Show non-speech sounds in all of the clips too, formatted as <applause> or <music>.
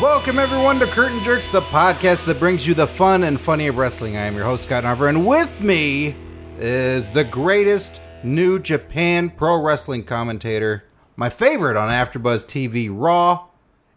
Welcome everyone to Curtain Jerks, the podcast that brings you the fun and funny of wrestling. I am your host Scott Narver, and with me is the greatest New Japan pro wrestling commentator, my favorite on AfterBuzz TV Raw,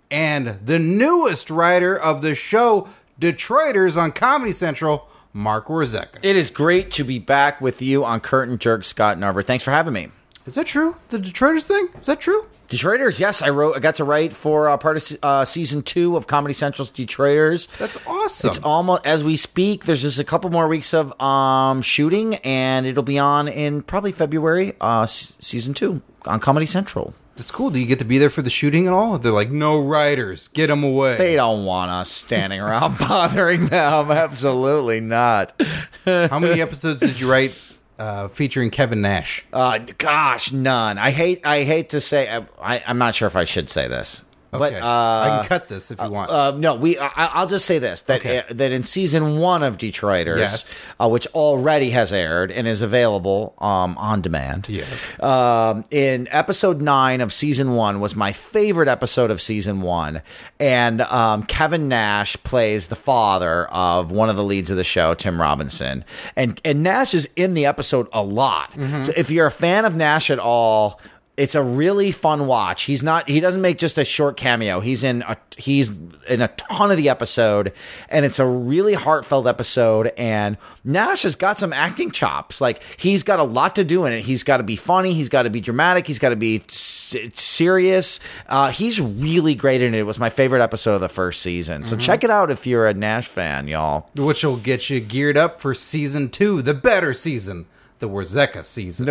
and the newest writer of the show Detroiters on Comedy Central, Mark Warzeka. It is great to be back with you on Curtain Jerk, Scott Narver. Thanks for having me. Is that true? The Detroiters thing? Is that true? Detroiters, yes, I wrote. I got to write for uh, part of se- uh, season two of Comedy Central's Detroiters. That's awesome. It's almost as we speak. There's just a couple more weeks of um, shooting, and it'll be on in probably February. Uh, s- season two on Comedy Central. That's cool. Do you get to be there for the shooting at all? They're like, no writers, get them away. They don't want us standing around <laughs> bothering them. Absolutely not. How many episodes did you write uh, featuring Kevin Nash? Uh, gosh, none. I hate. I hate to say. I, I, I'm not sure if I should say this, but Okay. uh, I can cut this if you want. Uh, no, we. I, I'll just say this: that Okay. uh, that in season one of Detroiters, Yes. uh, which already has aired and is available um, on demand. Yeah. Um, in episode nine of season one was my favorite episode of season one, and um, Kevin Nash plays the father of one of the leads of the show, Tim Robinson, and and Nash is in the episode a lot. Mm-hmm. So if you're a fan of Nash at all it's a really fun watch. He's not he doesn't make just a short cameo. He's in a he's in a ton of the episode and it's a really heartfelt episode and Nash has got some acting chops. Like he's got a lot to do in it. He's got to be funny, he's got to be dramatic, he's got to be s- serious. Uh, he's really great in it. It was my favorite episode of the first season. So check it out if you're a Nash fan, y'all. Which will get you geared up for season two, the better season, the Warzeka <laughs> season.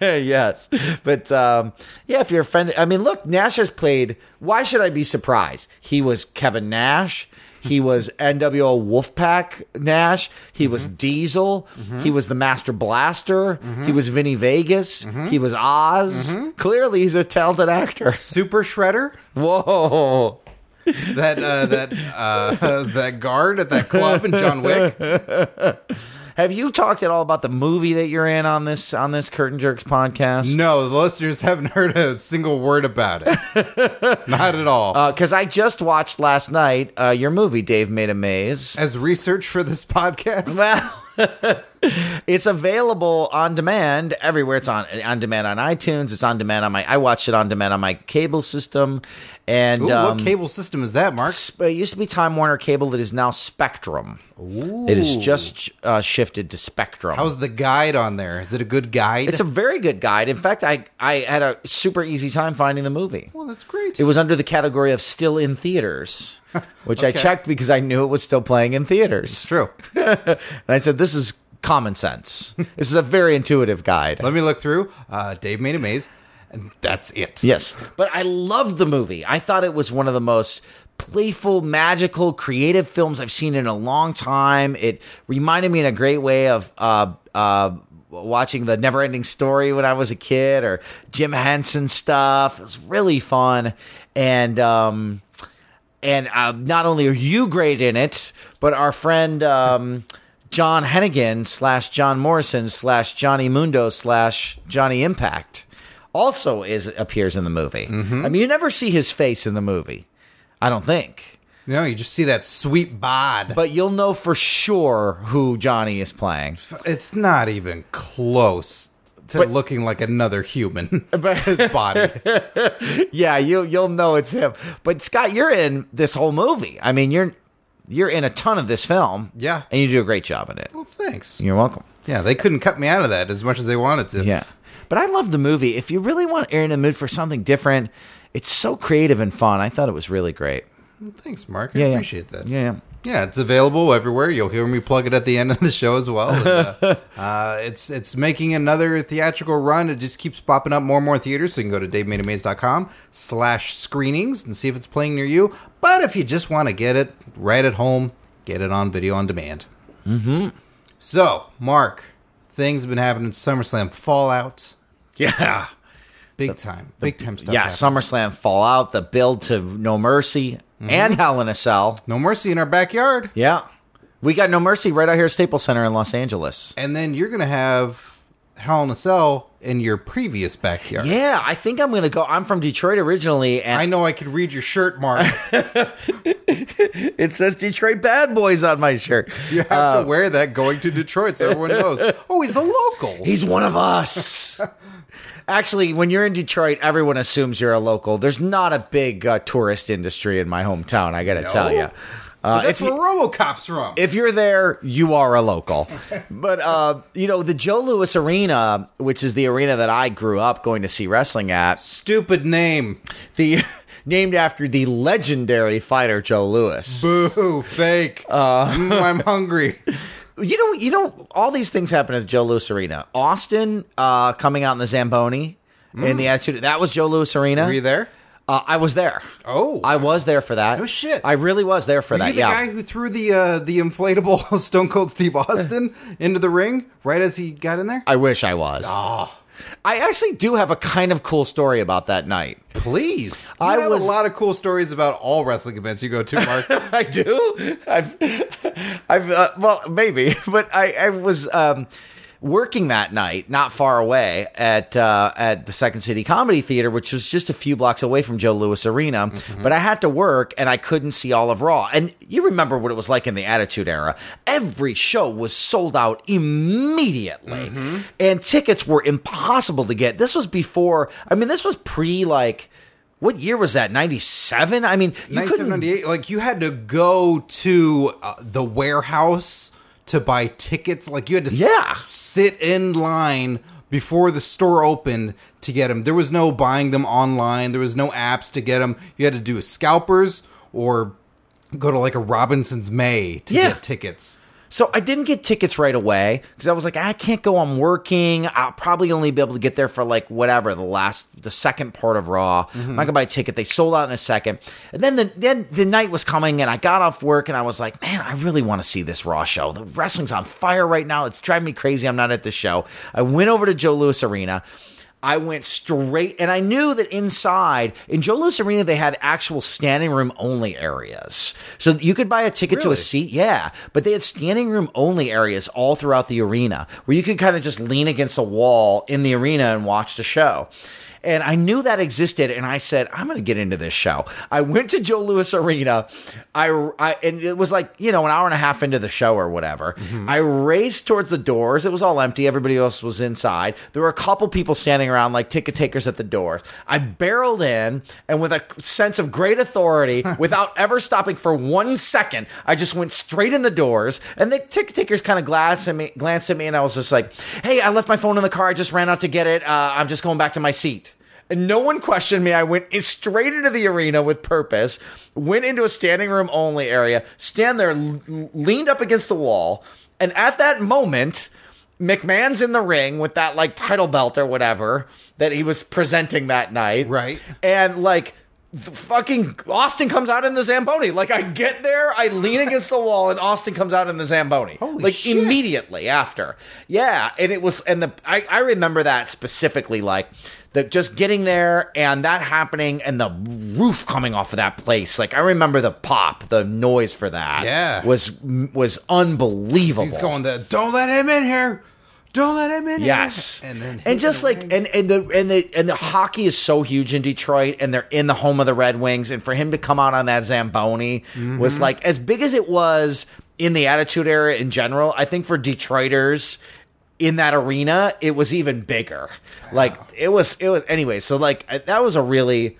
yes, but um, yeah, if you're a friend, I mean, look, Nash has played. Why should I be surprised? He was Kevin Nash. He was <laughs> NWO Wolfpack Nash. He was Diesel. He was the Master Blaster. He was Vinny Vegas. He was Oz. Clearly, he's a talented actor. <laughs> Super Shredder, Whoa. that uh, that uh, <laughs> that guard at that club in John Wick. Have you talked at all about the movie that you're in on this on this Curtain Jerks podcast? No, the listeners haven't heard a single word about it. Not at all. Because Uh, I just watched last night uh, your movie, Dave Made a Maze. As research for this podcast, Well, it's available on demand everywhere. It's on on demand on iTunes. It's on demand on my. I watched it on demand on my cable system, and Ooh, um, what cable system is that, Mark? sp- it used to be Time Warner Cable. That is now Spectrum. It is just uh, shifted to Spectrum. How's the guide on there? Is it a good guide? it's a very good guide. In fact, I I had a super easy time finding the movie. well, that's great. It was under the category of still in <laughs> theaters, which I Okay. checked because I knew it was still playing in theaters. True. and I said, "This is common sense. This is a very intuitive guide." Let me look through. Uh, Dave made a maze, and that's it. Yes, but I loved the movie. I thought it was one of the most playful, magical, creative films I've seen in a long time. It reminded me in a great way of uh, uh, watching the Neverending Story when I was a kid, or Jim Henson stuff. It was really fun, and um, and uh, not only are you great in it, but our friend um, John Hennigan slash John Morrison slash Johnny Mundo slash Johnny Impact also is appears in the movie. I mean, you never see his face in the movie, I don't think, No, you just see that sweet bod. but you'll know for sure who Johnny is playing. it's not even close to looking like another <laughs> human. his body. Yeah, you you'll know it's him. But Scott, you're in this whole movie. I mean, you're you're in a ton of this film. Yeah. and you do a great job in it. Well, thanks. You're welcome. Yeah, they couldn't cut me out of that as much as they wanted to. Yeah. But I love the movie. If you really want you're in the mood for something different, it's so creative and fun. I thought it was really great. Thanks, Mark. I Yeah, yeah. appreciate that. Yeah, yeah. Yeah, it's available everywhere. You'll hear me plug it at the end of the show as well. And, uh, uh, it's it's making another theatrical run. It just keeps popping up more and more theaters. So you can go to davemadeamaze.com slash screenings and see if it's playing near you. But if you just want to get it right at home, get it on video on demand. Mm-hmm. So, Mark, things have been happening at SummerSlam Fallout. Yeah. Big time. Big time stuff. Yeah, happening. SummerSlam Fallout, the build to No Mercy and Hell in a Cell. no mercy in our backyard. Yeah. We got No Mercy right out here at Staples Center in Los Angeles. And then you're going to have Hell in a Cell in your previous backyard. Yeah, I think I'm gonna go. I'm from Detroit originally, and I know I could read your shirt, <laughs> Mark. it says Detroit Bad Boys on my shirt. You have Uh, to wear that going to Detroit so everyone <laughs> knows. Oh, he's a local. He's one of us. <laughs> Actually, when you're in Detroit, everyone assumes you're a local. There's not a big uh, tourist industry in my hometown. I gotta tell you. But that's uh, if you- where Robocop's from. if you're there, you are a local. but uh, you know the Joe Louis Arena, which is the arena that I grew up going to see wrestling at. Stupid name. The <laughs> named after the legendary fighter Joe Louis. Boo, fake. Uh, Mm, I'm <laughs> hungry. You know, you know, all these things happen at the Joe Louis Arena. Austin uh, coming out in the Zamboni in the Attitude that was Joe Louis Arena. Were you there? Uh, I was there. Oh. I was there for that. No shit. I really was there for Were that. you the yeah. guy who threw the uh, the inflatable <laughs> Stone Cold Steve Austin <laughs> into the ring right as he got in there? I wish I was. Ah. I actually do have a kind of cool story about that night. Please. You I have was- a lot of cool stories about all wrestling events you go to, Mark. <laughs> I do. I've, I've, uh, well, maybe, <laughs> but I, I was um, working that night, not far away at uh, at the Second City Comedy Theater, which was just a few blocks away from Joe Louis Arena. But I had to work, and I couldn't see all of Raw. And you remember what it was like in the Attitude Era? Every show was sold out immediately, and tickets were impossible to get. This was before. I mean, this was pre like. What year was that? Ninety seven. I mean, you couldn't 1998 like you had to go to uh, the warehouse to buy tickets like you had to s- Yeah. sit in line before the store opened to get them there was no buying them online there was no apps to get them you had to do scalpers or go to like a robinson's may to Yeah. get tickets So I didn't get tickets right away because I was like, I can't go. I'm working. I'll probably only be able to get there for like whatever the last, the second part of Raw. I'm not gonna buy a ticket. They sold out in a second. And then the then the night was coming, and I got off work, and I was like, man, I really want to see this Raw show. The wrestling's on fire right now. It's driving me crazy. I'm not at the show. I went over to Joe Louis Arena. I went straight, and I knew that inside in Joe Louis Arena they had actual standing room only areas, so you could buy a ticket to a Really? seat. Yeah, but they had standing room only areas all throughout the arena where you could kind of just lean against a wall in the arena and watch the show. And I knew that existed, and I said, "I'm going to get into this show." I went to Joe Louis Arena. I, I, and it was like you know an hour and a half into the show or whatever. I raced towards the doors. It was all empty. Everybody else was inside. There were a couple people standing around, like ticket takers at the doors. I barreled in, and with a sense of great authority, <laughs> without ever stopping for one second, I just went straight in the doors. And the ticket takers kind of glanced at me, glanced at me, and I was just like, "Hey, I left my phone in the car. I just ran out to get it. Uh, I'm just going back to my seat." And no one questioned me. I went in- straight into the arena with purpose, went into a standing room only area, stand there, l- leaned up against the wall. And at that moment, McMahon's in the ring with that like title belt or whatever that he was presenting that night. Right. And like, the fucking Austin comes out in the Zamboni. Like, I get there, I lean against the wall, and Austin comes out in the Zamboni. Holy like, shit. immediately immediately after. Yeah, and it was, and the I, I remember that specifically, like the just getting there and that happening, and the roof coming off of that place. Like I remember the pop, the noise for that. Yeah. was was unbelievable. he's going the don't let him in here don't let him in here." Yes, and then and just like and and the and the and the hockey is so huge in Detroit, and they're in the home of the Red Wings, and for him to come out on that zamboni Mm-hmm. was like as big as it was in the Attitude Era in general. I think for Detroiters in that arena, it was even bigger. Like it was, it was anyway. So like I- that was a really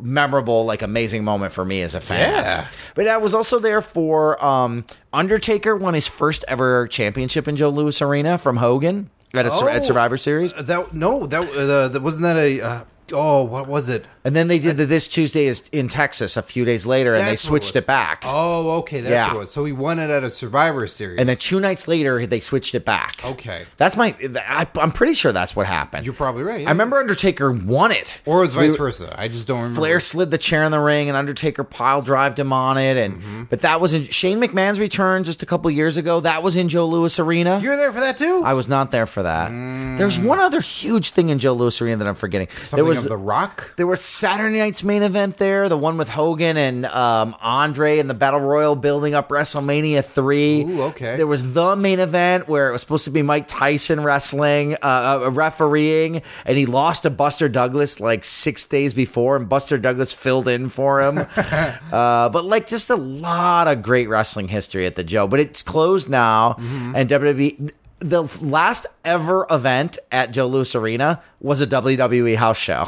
memorable, like amazing moment for me as a fan. Yeah. But I was also there for um, Undertaker won his first ever championship in Joe Louis Arena from Hogan at a sur- at Oh. Survivor Series, that no that, uh, that wasn't that a uh, oh what was it and then they did the This Tuesday is in Texas a few days later, and they That's what switched was. it back. Oh, okay, that's Yeah. what it was. So he won it at a Survivor Series, And then two nights later, they switched it back. Okay. that's my. I, I'm pretty sure that's what happened. you're probably right. yeah. I remember Undertaker won it. or it was vice versa. I just don't remember. Flair slid the chair in the ring, and Undertaker pile drived him on it, and Mm-hmm. but that was in Shane McMahon's return just a couple years ago. That was in Joe Louis Arena. you're there for that too. I was not there for that. There's one other huge thing in Joe Louis Arena that I'm forgetting. Something there was was- of The Rock. There was Saturday night's main event there, the one with Hogan and um, Andre and the Battle Royal building up WrestleMania 3. Ooh, okay. There was the main event where it was supposed to be Mike Tyson wrestling, uh, uh, refereeing, and he lost to Buster Douglas like six days before, and Buster Douglas filled in <laughs> for him. uh, but like just a lot of great wrestling history at the Joe. But it's closed now, Mm-hmm. and WWE. The last ever event at Joe Louis Arena was a WWE house show.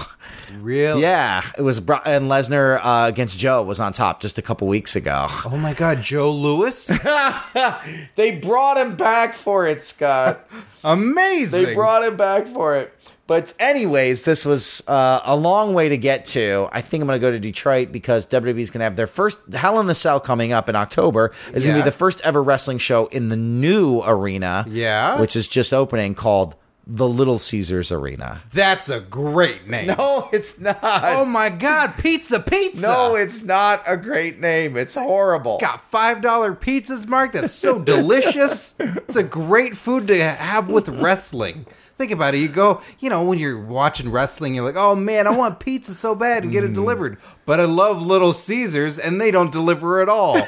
Really? Yeah, it was Bro- and Lesnar uh, against Joe was on top just a couple weeks ago. Oh my God, Joe <laughs> Lewis! They brought him back for it, <laughs> Scott. Amazing. They brought him back for it. But anyways, this was uh, a long way to get to. I think I'm going to go to Detroit because WWE's going to have their first Hell in the Cell coming up in October. Is going Yeah. to be the first ever wrestling show in the new arena. Yeah. which is just opening called the Little Caesars Arena. That's a great name. No, it's not. Oh my God, pizza, pizza. No, it's not a great name. It's horrible. got five dollar pizzas, Mark. That's so delicious. It's a great food to have with wrestling. Think about it. You go, you know, when you're watching wrestling, you're like, oh man, I want pizza so bad and get Mm. it delivered. But I love Little Caesars, and they don't deliver at <laughs> all.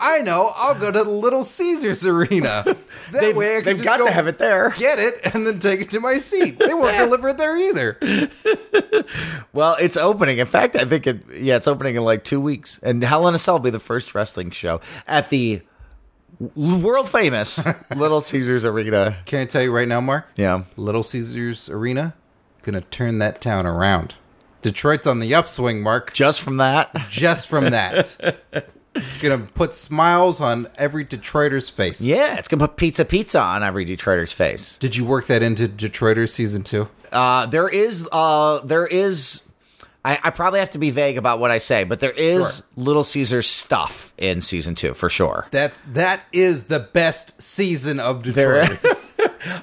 I know. I'll go to the Little Caesars arena. That They've, way, I can they've just got go to have it there. Get it and then take it to my seat. They <laughs> won't deliver it there either. Well, it's opening. In fact, I think it. Yeah, it's opening in like two weeks, and Hell in a Cell will be the first wrestling show at the world <laughs> famous Little Caesars Arena. Can I tell you right now, Mark? Yeah. Little Caesars Arena gonna turn that town around. Detroit's on the upswing, Mark. Just from that. Just from <laughs> that, it's gonna put smiles on every Detroiter's face. Yeah, it's gonna put pizza pizza on every Detroiter's face. Did you work that into Detroiters season two? Uh, there is. Uh, there is. I, I probably have to be vague about what I say, but there is Sure. Little Caesars stuff in season two for sure. That that is the best season of Detroiters.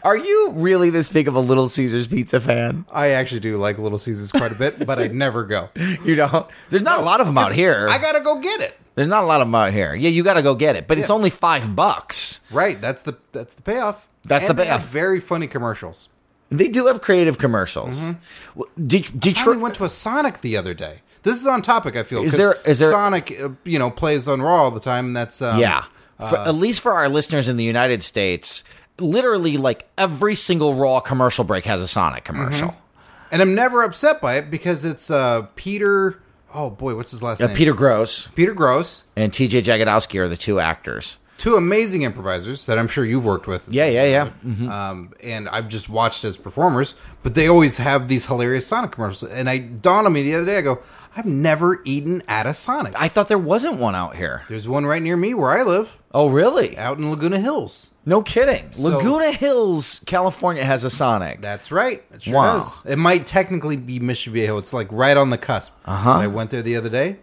Are you really this big of a Little Caesars pizza fan? <laughs> I actually do like Little Caesars quite a bit, but I'd never go. You don't. There's not a lot of them out here. I gotta go get it. There's not a lot of them out here. Yeah, you got to go get it, but it's Yeah. only five bucks. Right. That's the that's the payoff. That's And the they have payoff. Very funny commercials. They do have creative commercials. Mm-hmm. Well, Det- Charlie Detroit. went to a Sonic the other day. This is on topic. I feel Is 'cause there- is there- Sonic? uh, You know, plays on Raw all the time, and that's um, yeah, for, at least for our listeners in the United States, literally like every single Raw commercial break has a Sonic Mm-hmm. commercial. And I'm never upset by it because it's uh, Peter. Oh boy, what's his last Uh, name? Peter Gross Peter Gross. and T.J. Jagodowski are the two actors. Two amazing improvisers that I'm sure you've worked with. Yeah, yeah, yeah. Um, and I've just watched as performers, but they always have these hilarious Sonic commercials. And I dawned on me the other day. I go, I've never eaten at a Sonic. I thought there wasn't one out here. There's one right near me where I live, Oh, really? out in Laguna Hills. No kidding. So- Laguna Hills, California has a Sonic. That's right. It sure Wow. does. It might technically be Mission Viejo. It's like right on the cusp. Uh-huh. I went there the other day.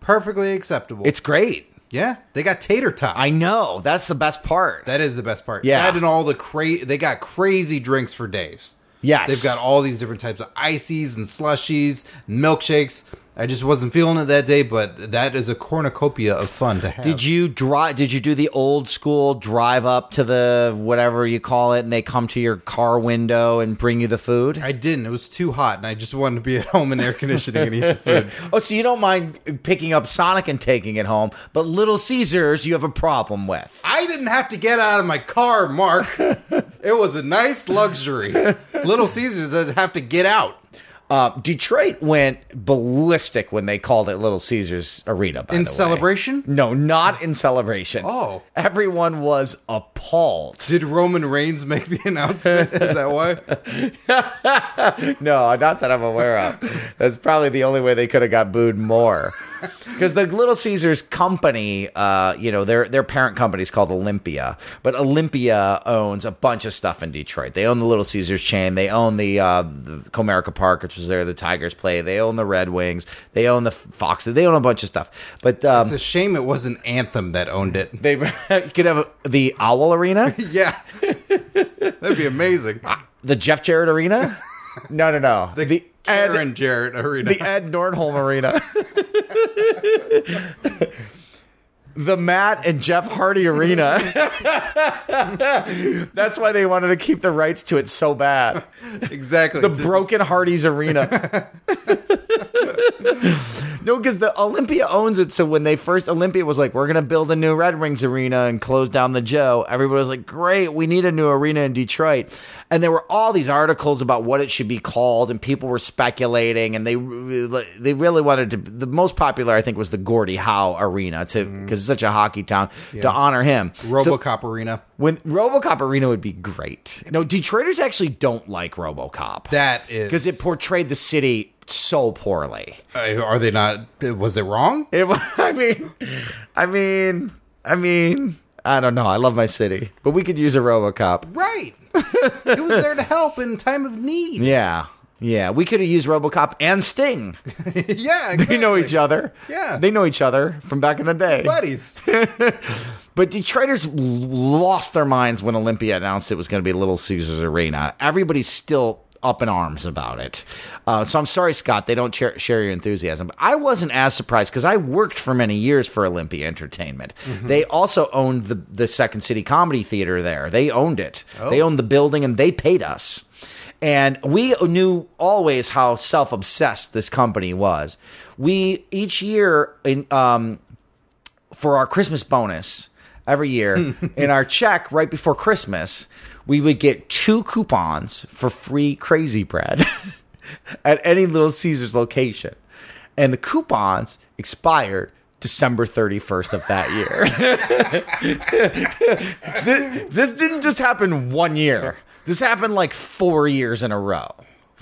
Perfectly acceptable. It's great. yeah. They got tater tots. I know. That's the best part. That is the best part. Yeah. That and all the cra- they got crazy drinks for days. Yes. They've got all these different types of ices and slushies, milkshakes. I just wasn't feeling it that day, but that is a cornucopia of fun to have. Did you drive? Did you do the old school drive up to the whatever you call it, and they come to your car window and bring you the food? I didn't. It was too hot, and I just wanted to be at home in air conditioning and eat <laughs> the food. Oh, so you don't mind picking up Sonic and taking it home, but Little Caesars you have a problem with. I didn't have to get out of my car, Mark. <laughs> it was a nice luxury. Little Caesars doesn't have to get out. Uh, Detroit went ballistic when they called it Little Caesars Arena. By In the way. celebration? No, not in celebration. Oh. everyone was appalled. Did Roman Reigns make the <laughs> announcement? Is that why? No, not that I'm aware of. That's probably the only way they could have got booed more. Because the Little Caesars company, uh, you know, their their parent company is called Olympia, but Olympia owns a bunch of stuff in Detroit. They own the Little Caesars chain. They own the, uh, the Comerica Park, which was there the Tigers play. They own the Red Wings. They own the Fox. They own a bunch of stuff. But um, It's a shame it wasn't Anthem that owned <laughs> it. they you could have the Owl Arena, Yeah. That'd be amazing. the Jeff Jarrett Arena. No, no, no. The, Ed- Aaron Jarrett Arena. the Ed Nordholm Arena. the Matt and Jeff Hardy arena. That's why they wanted to keep the rights to it so bad. <laughs> Exactly. The Just- broken Hardy's arena. no, because the Olympia owns it. So when they first Olympia was like, we're gonna build a new Red Wings arena and close down the Joe. Everybody was like, great, we need a new arena in Detroit. And there were all these articles about what it should be called, and people were speculating, and they they really wanted to. The most popular, I think, was the Gordie Howe Arena to because it's such a hockey town to honor him. So- RoboCop arena. when RoboCop Arena would be great. No, Detroiters actually don't like RoboCop That is because it portrayed the city so poorly. Uh, are they not? Was it wrong? It, wa- <laughs> I mean, I mean, I mean, I don't know. I love my city, but we could use a RoboCop. <laughs> Right. it was there to help in time of need. Yeah, yeah, we could have used RoboCop and Sting. <laughs> yeah. They know each other. Yeah. they know each other from back in the day. Buddies. But Detroiters l- lost their minds when Olympia announced it was going to be Little Caesars Arena. Everybody's still up in arms about it. Uh, so I'm sorry, Scott, they don't share, share your enthusiasm. But I wasn't as surprised because I worked for many years for Olympia Entertainment. They also owned the, the Second City Comedy Theater there, they owned it. They owned the building and they paid us. And we knew always how self obsessed this company was. We each year in um, for our Christmas bonus <laughs> every year in our check right before Christmas, we would get two coupons for free crazy bread <laughs> at any Little Caesars location. And the coupons expired December 31st of that <laughs> year. Thi- this didn't just happen one year. This happened like 4 years in a row.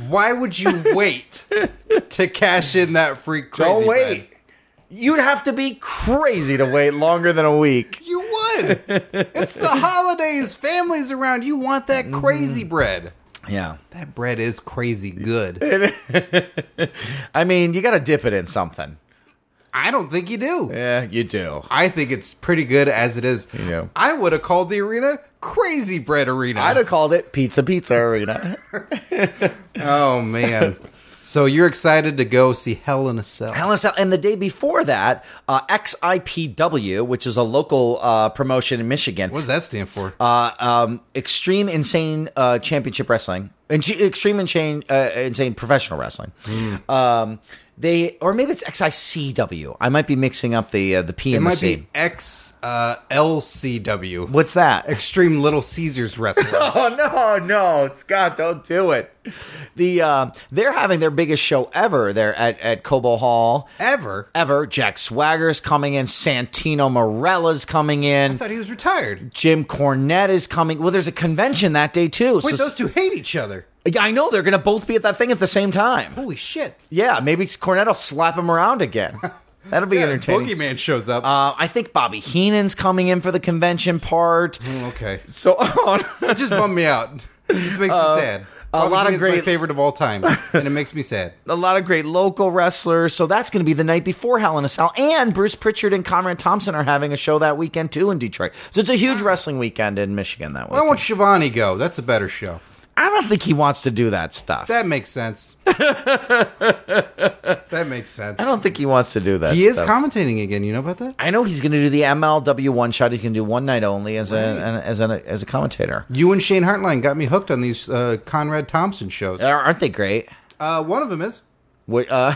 Why would you wait to cash in that free <laughs> crazy Don't Oh, bread? wait. You'd have to be crazy to wait longer than a week. You would. it's the holidays. Families around. You want that Mm-hmm. crazy bread. Yeah. That bread is crazy good. I mean, you got to dip it in something. I don't think you do. Yeah, you do. I think it's pretty good as it is. Yeah. I would have called the arena Crazy Bread Arena. I'd have called it Pizza Pizza Arena. oh <laughs> man. so you're excited to go see Hell in a Cell. Hell in a Cell- And the day before that, uh, XIPW, which is a local uh, promotion in Michigan, what does that stand for? uh, um, Extreme Insane uh, Championship Wrestling, and G- Extreme Insane uh, Insane Professional Wrestling. Um, they or maybe it's XICW. I might be mixing up the uh, the P it and the might C. be X uh, LCW. What's that? Extreme Little Caesars <laughs> Wrestling. Oh no, no, Scott, don't do it. The uh, they're having their biggest show ever there at at Cobo Hall Ever. I ever. Jack Swagger's coming in, Santino Morella's coming in, thought he was retired. Jim Cornette is coming. Well, there's a convention that day too. Wait, so those two hate each other. I know they're gonna both be at that thing at the same time. Holy shit. Yeah, maybe Cornette'll slap him around again. That'll be entertaining. Boogeyman shows up. Uh, I think Bobby Heenan's coming in for the convention part. <laughs> okay. So on. It just bummed me out. <laughs> It just makes me sad. Bobby Uh, lot of Heenan's my great- favorite of all <laughs> time, and it makes me sad. a lot of great local wrestlers. So that's going to be the night before Hell in a Cell. And Bruce Pritchard and Conrad Thompson are having a show that weekend too in Detroit. So it's a huge wrestling weekend in Michigan that I weekend. want Shivani go. That's a better show. I don't think he wants to do that stuff. That makes <laughs> sense. that makes sense. I don't think he wants to do that. he is stuff. commentating again. You know about that? I know he's going to do the MLW one shot. He's going to do one night only as a an, as an, as a commentator. You and Shane Hartline got me hooked on these uh, Conrad Thompson shows. Aren't they great? Uh, one of them is Wait, uh,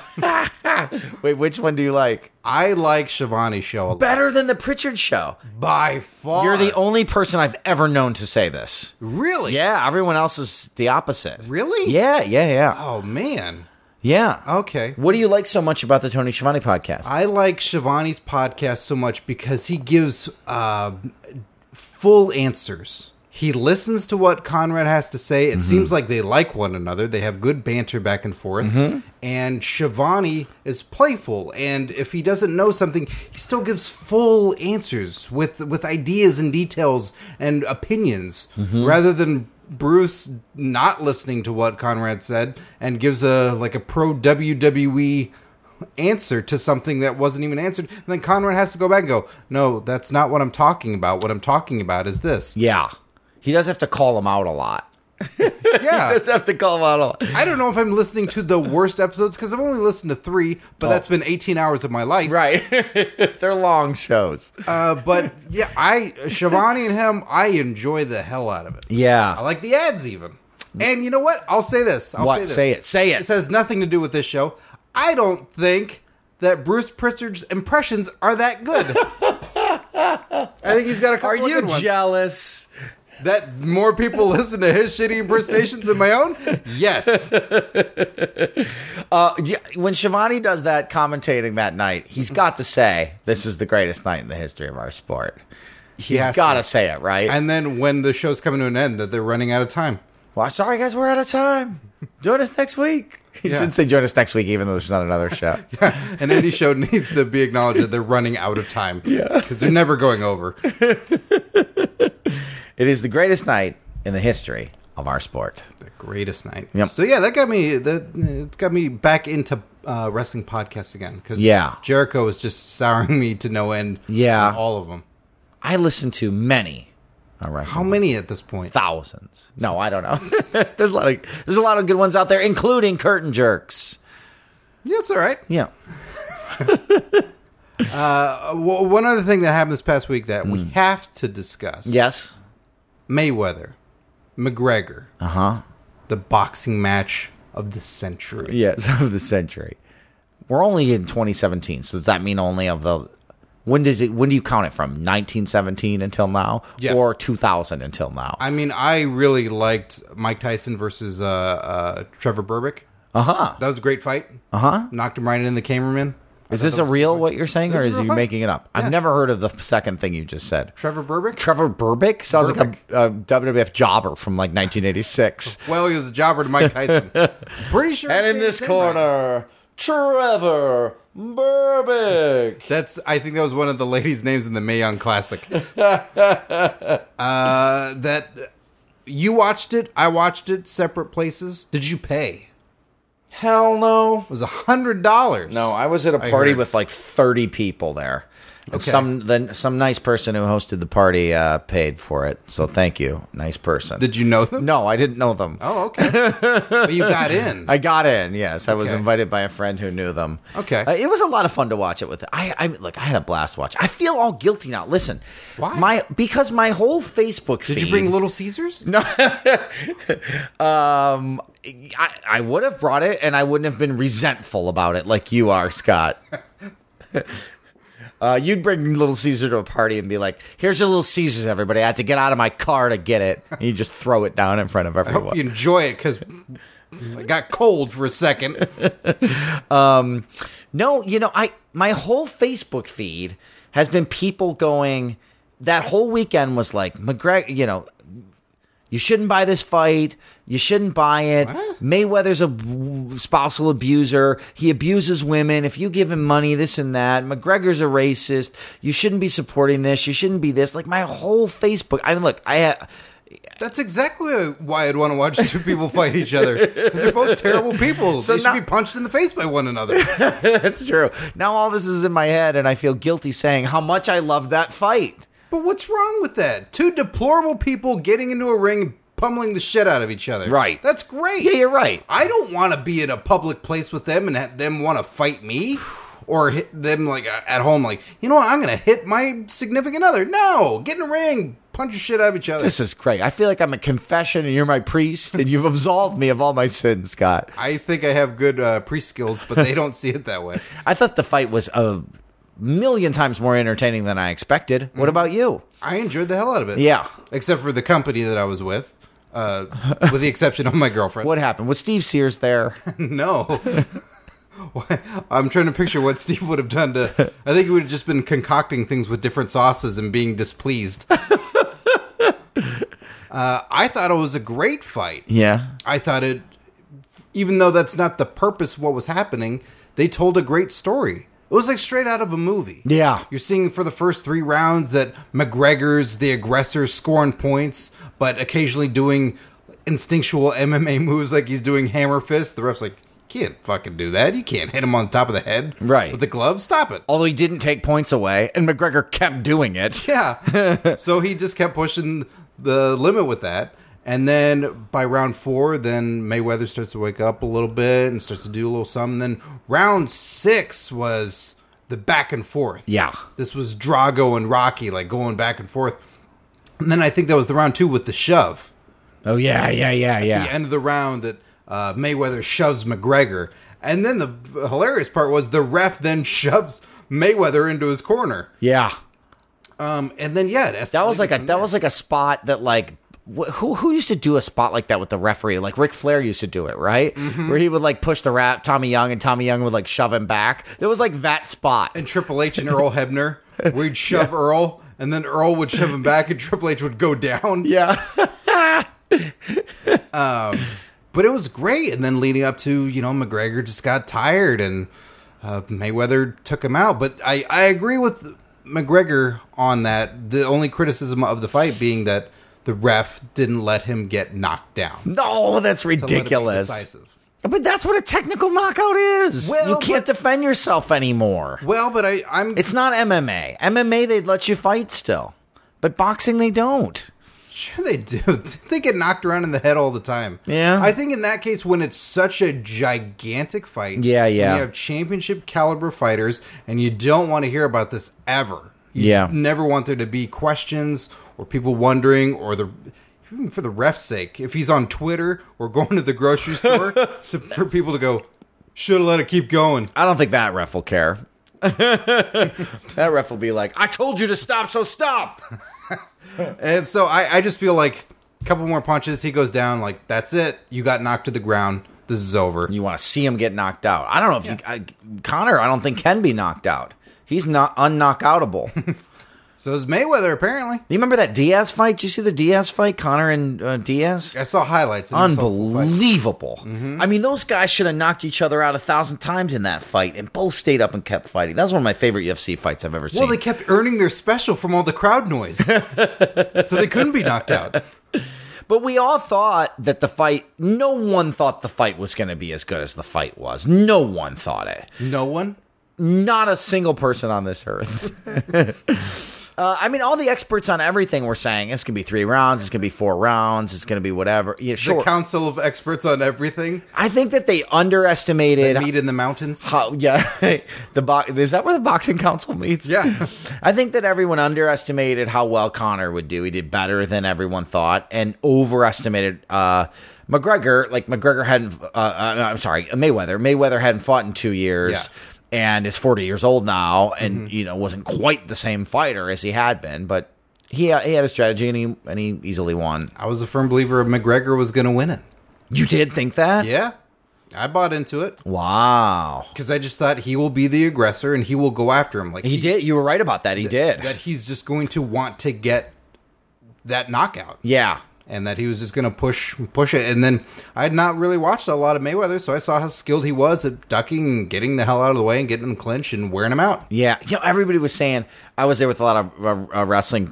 <laughs> wait, which one do you like I like Shivani's show a lot. better than the Pritchard show? by far. You're the only person I've ever known to say this. really Yeah, everyone else is the opposite. Really? Yeah, yeah, yeah. Oh man. Yeah. Okay. What do you like so much about the Tony Schiavone podcast? I like Shivani's podcast so much because he gives uh, full answers. He listens to what Conrad has to say. It seems like they like one another. They have good banter back and forth. And Shivani is playful. And if he doesn't know something, he still gives full answers with with ideas and details and opinions rather than Bruce not listening to what Conrad said and gives a like a pro E WWE answer to something that wasn't even answered. And then Conrad has to go back and go, no, that's <laughs> not what I'm talking about. What I'm talking about is this. yeah. He does have to call him out a lot. Yeah. Just have to call him out. a lot. I don't know if I'm listening to the worst episodes because I've only listened to three, but that's been 18 hours of my life. <laughs> Oh. Right. <laughs> They're long shows. Uh, but yeah, I Shivani and him, I enjoy the hell out of it. Yeah. I like the ads even. And you know what? I'll say this. I'll what? Say, this. Say it. Say it. This has nothing to do with this show. I don't think that Bruce Pritchard's impressions are that <laughs> good. I think he's got a couple Are of you good ones. jealous? that more people <laughs> listen to his shitty impersonations than my own? Yes. Uh, yeah, when Shivani does that commentating that night, he's got to say, "This is the greatest night in the history of our sport." He he's has got to say it, right? And then when the show's coming to an end, that they're running out of time. <laughs> well, sorry guys, we're out of time. Join us next week. <laughs> You Yeah. should say join us next week, even though there's not another show. <laughs> An indie show needs to be acknowledged that they're running out of time. Yeah. Because they're never going over. It is the greatest night in the history of our sport. The greatest night. Yep. So yeah, that got me. That it got me back into uh, wrestling podcasts again. Because Yeah. Jericho was just souring me to no end. Yeah. on all of them. I listen to many uh, wrestling How many at this point? thousands. No, I don't know. <laughs> there's a lot of there's a lot of good ones out there, including curtain jerks. Yeah, it's all right. Yeah. Uh, w- one other thing that happened this past week that Hmm. we have to discuss: Yes. Mayweather, McGregor, Uh huh. the boxing match of the century. <laughs> Yes, of the century. We're only in 2017, so does that mean only of the when does it when do you count it from 1917 until now Yeah. or 2000 until now? I mean, I really liked Mike Tyson versus uh, uh, Trevor Burbick. Uh huh. That was a great fight. Uh Uh-huh. Knocked him right in the cameraman. I Is thought this that a was real good what fight. you're saying, or This is is a you real fight. making it up? Yeah. I've never heard of the second thing you just said. Trevor Burbick. Trevor Burbick sounds like a, a WWF jobber from like 1986. Well, he was a jobber to Mike <laughs> Tyson. Pretty sure. and it's in this the same guy. corner, Trevor Burbick. that's I think that was one of the ladies' names in the Mae Young <laughs> Classic. uh, that you watched it, I watched it, separate places. Did you pay? Hell no. It was a hundred dollars. No, I was at a party heard. with like thirty people there. And Some then some nice person who hosted the party uh, paid for it. So thank you, nice person. did you know them? no, I didn't know them. <laughs> Oh, okay. but you got <laughs> in. I got in. Yes, I was Okay. invited by a friend who knew them. Okay. Uh, it was a lot of fun to watch it with. I, I look, I had a blast watch. I feel all guilty now. Listen, Why? My because my whole Facebook. did you feed- bring Little Caesars? No. Um, I, I would have brought it, and I wouldn't have been resentful about it like you <laughs> are, Scott. uh, you'd bring Little Caesar to a party and be like, "Here's your Little Caesars, everybody. I had to get out of my car to get it." And you just throw it down in front of I hope everyone. you enjoy it because I got cold for a second. no, you know, I my whole Facebook feed has been people going. That whole weekend was like McGregor. You know, you shouldn't buy this fight. You shouldn't buy it. Mayweather's a w- spousal abuser. He abuses women. If you give him money, this and that. McGregor's a racist. You shouldn't be supporting this. You shouldn't be this. Like my whole Facebook. I mean, look, I ha- <laughs> That's exactly why I'd want to watch two people fight each other because they're both terrible people. <laughs> they now- should be punched in the face by one another. that's true. Now all this is in my head, and I feel guilty saying how much I loved that fight. But what's wrong with that? Two deplorable people getting into a ring, pummeling the shit out of each other. Right. That's great. Yeah, you're right. I don't want to be in a public place with them and have them want to fight me. Or hit them like uh, at home, like you know what? I'm gonna hit my significant other. No, get in a ring, punch the shit out of each other. This is Craig. I feel like I'm a confession, and you're my priest, and you've absolved me of all my sins, Scott. I think I have good uh, pre skills, but they don't <laughs> see it that way. I thought the fight was a million times more entertaining than I expected. What about you? I enjoyed the hell out of it. Mm-hmm. Yeah. Except for the company that I was with, uh, with the exception of my girlfriend. What happened? Was Steve Sears there? <laughs> No. Why- I'm trying to picture what Steve would have done to. I think he would have just been concocting things with different sauces and being displeased. <laughs> uh, I thought it was a great fight. <laughs> yeah. I thought it, even though that's not the purpose of what was happening, they told a great story. It was like straight out of a movie. Yeah. You're seeing for the first three rounds that McGregor's the aggressor, scoring points, but occasionally doing instinctual MMA moves like he's doing hammer fist. The ref's like, can't fucking do that. You can't hit him on top of the head Right. with the glove. Stop it. Although he didn't take points away, and McGregor kept doing it. <laughs> Yeah. so he just kept pushing the limit with that. And then by round four, then Mayweather starts to wake up a little bit and starts to do a little something. Then round six was the back and forth. Yeah. This was Drago and Rocky, like going back and forth. And then I think that was the round two with the shove. Oh yeah, yeah, yeah, yeah. The end of the round that uh, Mayweather shoves McGregor. And then the hilarious part was the ref then <laughs> shoves Mayweather into his corner. Yeah. Um, and then yeah, it That was like a escalated that was like a spot that like wh- who who used to do a spot like that with the referee? Like Ric Flair used to do it, right? Where he would like push the rap Tommy Young and Tommy Young would like shove him back. There was like that spot. and Triple H and Earl Hebner. <laughs> We'd shove Earl, and then Earl would shove him back, and Triple H would go down. Yeah. But it was great. And then leading up to, you know, McGregor just got tired, and uh, Mayweather took him out. But I, I agree with McGregor on that. The only criticism of the fight being that the ref didn't let him get knocked down. <laughs> No, that's Let it be ridiculous. decisive. But that's what a technical knockout is. Well, you can't defend yourself anymore. Well, but I, I'm It's not MMA. MMA they'd let you fight still. But boxing they don't. Sure, they do. <laughs> they get knocked around in the head all the time. Yeah. I think in that case, when it's such a gigantic fight, Yeah, when yeah. you have championship caliber fighters, and you don't want to hear about this ever. You Yeah. never want there to be questions or people wondering or the. Even for the ref's sake, if he's on Twitter or going to the grocery <laughs> store, to, for people to go, should have let it keep going. I don't think that ref will care. <laughs> that ref will be like, I told you to stop, so stop. And so I, I just feel like a couple more punches, he goes down. Like that's it. You got knocked to the ground. This is over. You want to see him get knocked out. I don't know if you, I, Connor, I don't think can be knocked out. He's not <laughs> unknockoutable. you So is Mayweather apparently. remember that Diaz fight? Did you see the Diaz fight, Connor and uh, Diaz? I saw highlights. and I saw the full fight. Unbelievable. I mean, those guys should have knocked each other out a thousand times in that fight, and both stayed up and kept fighting. That was one of my favorite UFC fights I've ever seen. Well, they kept earning their special from all the crowd <laughs> noise, so they couldn't be knocked out. But we all thought that the fight, no one thought the fight was going to be as good as the fight was. No one thought it. No one. Not a single person on this earth. <laughs> uh, I mean, all the experts on everything were saying it's going to be three rounds, it's going to be four rounds, it's going to be whatever. Yeah, The sure. council of experts on everything I think that they underestimated. meet in the mountains. how, yeah, <laughs> the bo- is that where the boxing council meets? Yeah. <laughs> I think that everyone underestimated how well Connor would do. He did better than everyone thought, and overestimated uh, McGregor. Like McGregor hadn't. Uh, uh, I'm sorry, Mayweather. Mayweather hadn't fought in two years. Yeah. Mm-hmm. And is 40 years old now, and you know wasn't quite the same fighter as he had been, but he uh, he had a strategy and he and he easily won. I was a firm believer McGregor was going to win it. You did think that? Yeah, I bought into it Wow. because I just thought he will be the aggressor and he will go after him. Like He did. You were right about that. He did. That he's just going to want to get that knockout. yeah. and that he was just going to push push it. And then I had not really watched a lot of Mayweather, so I saw how skilled he was at ducking and getting the hell out of the way and getting in the clinch and wearing him out. Yeah, you know, everybody was saying I was there with a lot of uh, uh, wrestling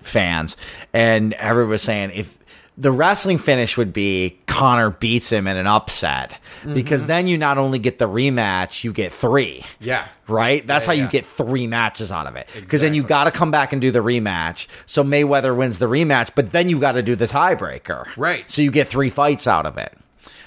fans, and everybody was saying if the wrestling finish would be Connor beats him in an upset, Mm-hmm. because then you not only get the rematch, you get three. Yeah. Right? That's how you yeah. get three matches out of it. Because then you got to come back and do the rematch. So Mayweather wins the rematch, but then you got to do the tiebreaker. Right. So you get three fights out of it.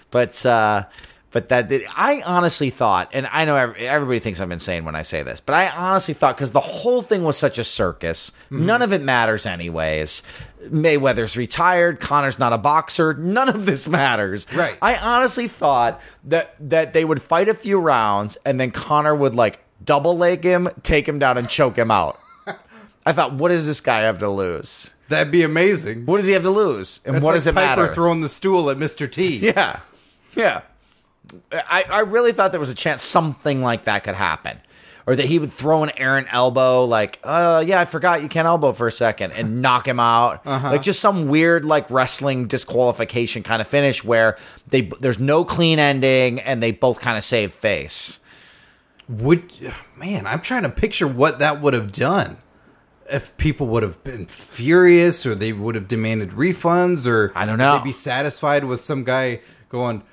But uh, but that I honestly thought, and I know every- everybody thinks I'm insane when I say this, but I honestly thought because the whole thing was such a circus, Mm-hmm. none of it matters anyways. Mayweather's retired, Connor's not a boxer, none of this matters. Right. I honestly thought that that they would fight a few rounds and then Connor would like double leg him, take him down, and choke <laughs> him out. I thought, what does this guy have to lose? That'd be amazing. What does he have to lose? And That's what like does it Piper matter? throwing the stool at Mr. T. <laughs> Yeah. Yeah. I, I really thought there was a chance something like that could happen. Or that he would throw an errant elbow, like, uh, yeah, I forgot you can't elbow for a second, and knock him out, like just some weird like wrestling disqualification kind of finish where they there's no clean ending and they both kind of save face. Would man, I'm trying to picture what that would have done. If people would have been furious or they would have demanded refunds or I don't know. They'd be satisfied with some guy going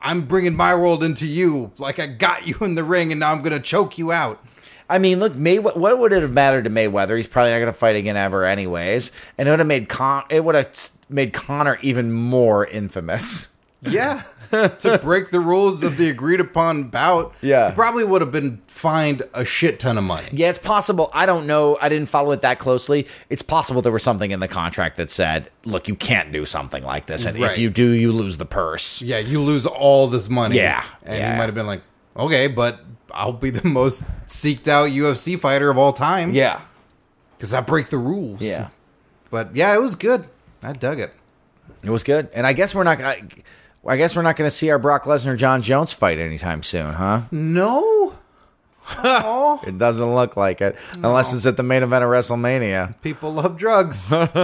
I'm bringing my world into you like I got you in the ring and now I'm going to choke you out. I mean, look, May. What would it have mattered to Mayweather? He's probably not going to fight again ever, anyways. And it would have made Con. It would have made Connor even more infamous. <laughs> Yeah. to break the rules of the agreed upon bout, Yeah. he probably would have been fined a shit ton of money. Yeah, it's possible. I don't know. I didn't follow it that closely. It's possible there was something in the contract that said, "Look, you can't do something like this, and if Right. you do, you lose the purse." Yeah, you lose all this money. Yeah, And yeah. he might have been like, okay, but I'll be the most seeked out UFC fighter of all time. Yeah, Because I break the rules. Yeah. But yeah, it was good. I dug it. it was good. And I guess we're not. I, I guess we're not going to see our Brock Lesnar John Jones fight anytime soon, huh? <laughs> No. oh, It doesn't look like it, unless it's at the main event of WrestleMania. people love drugs. drugs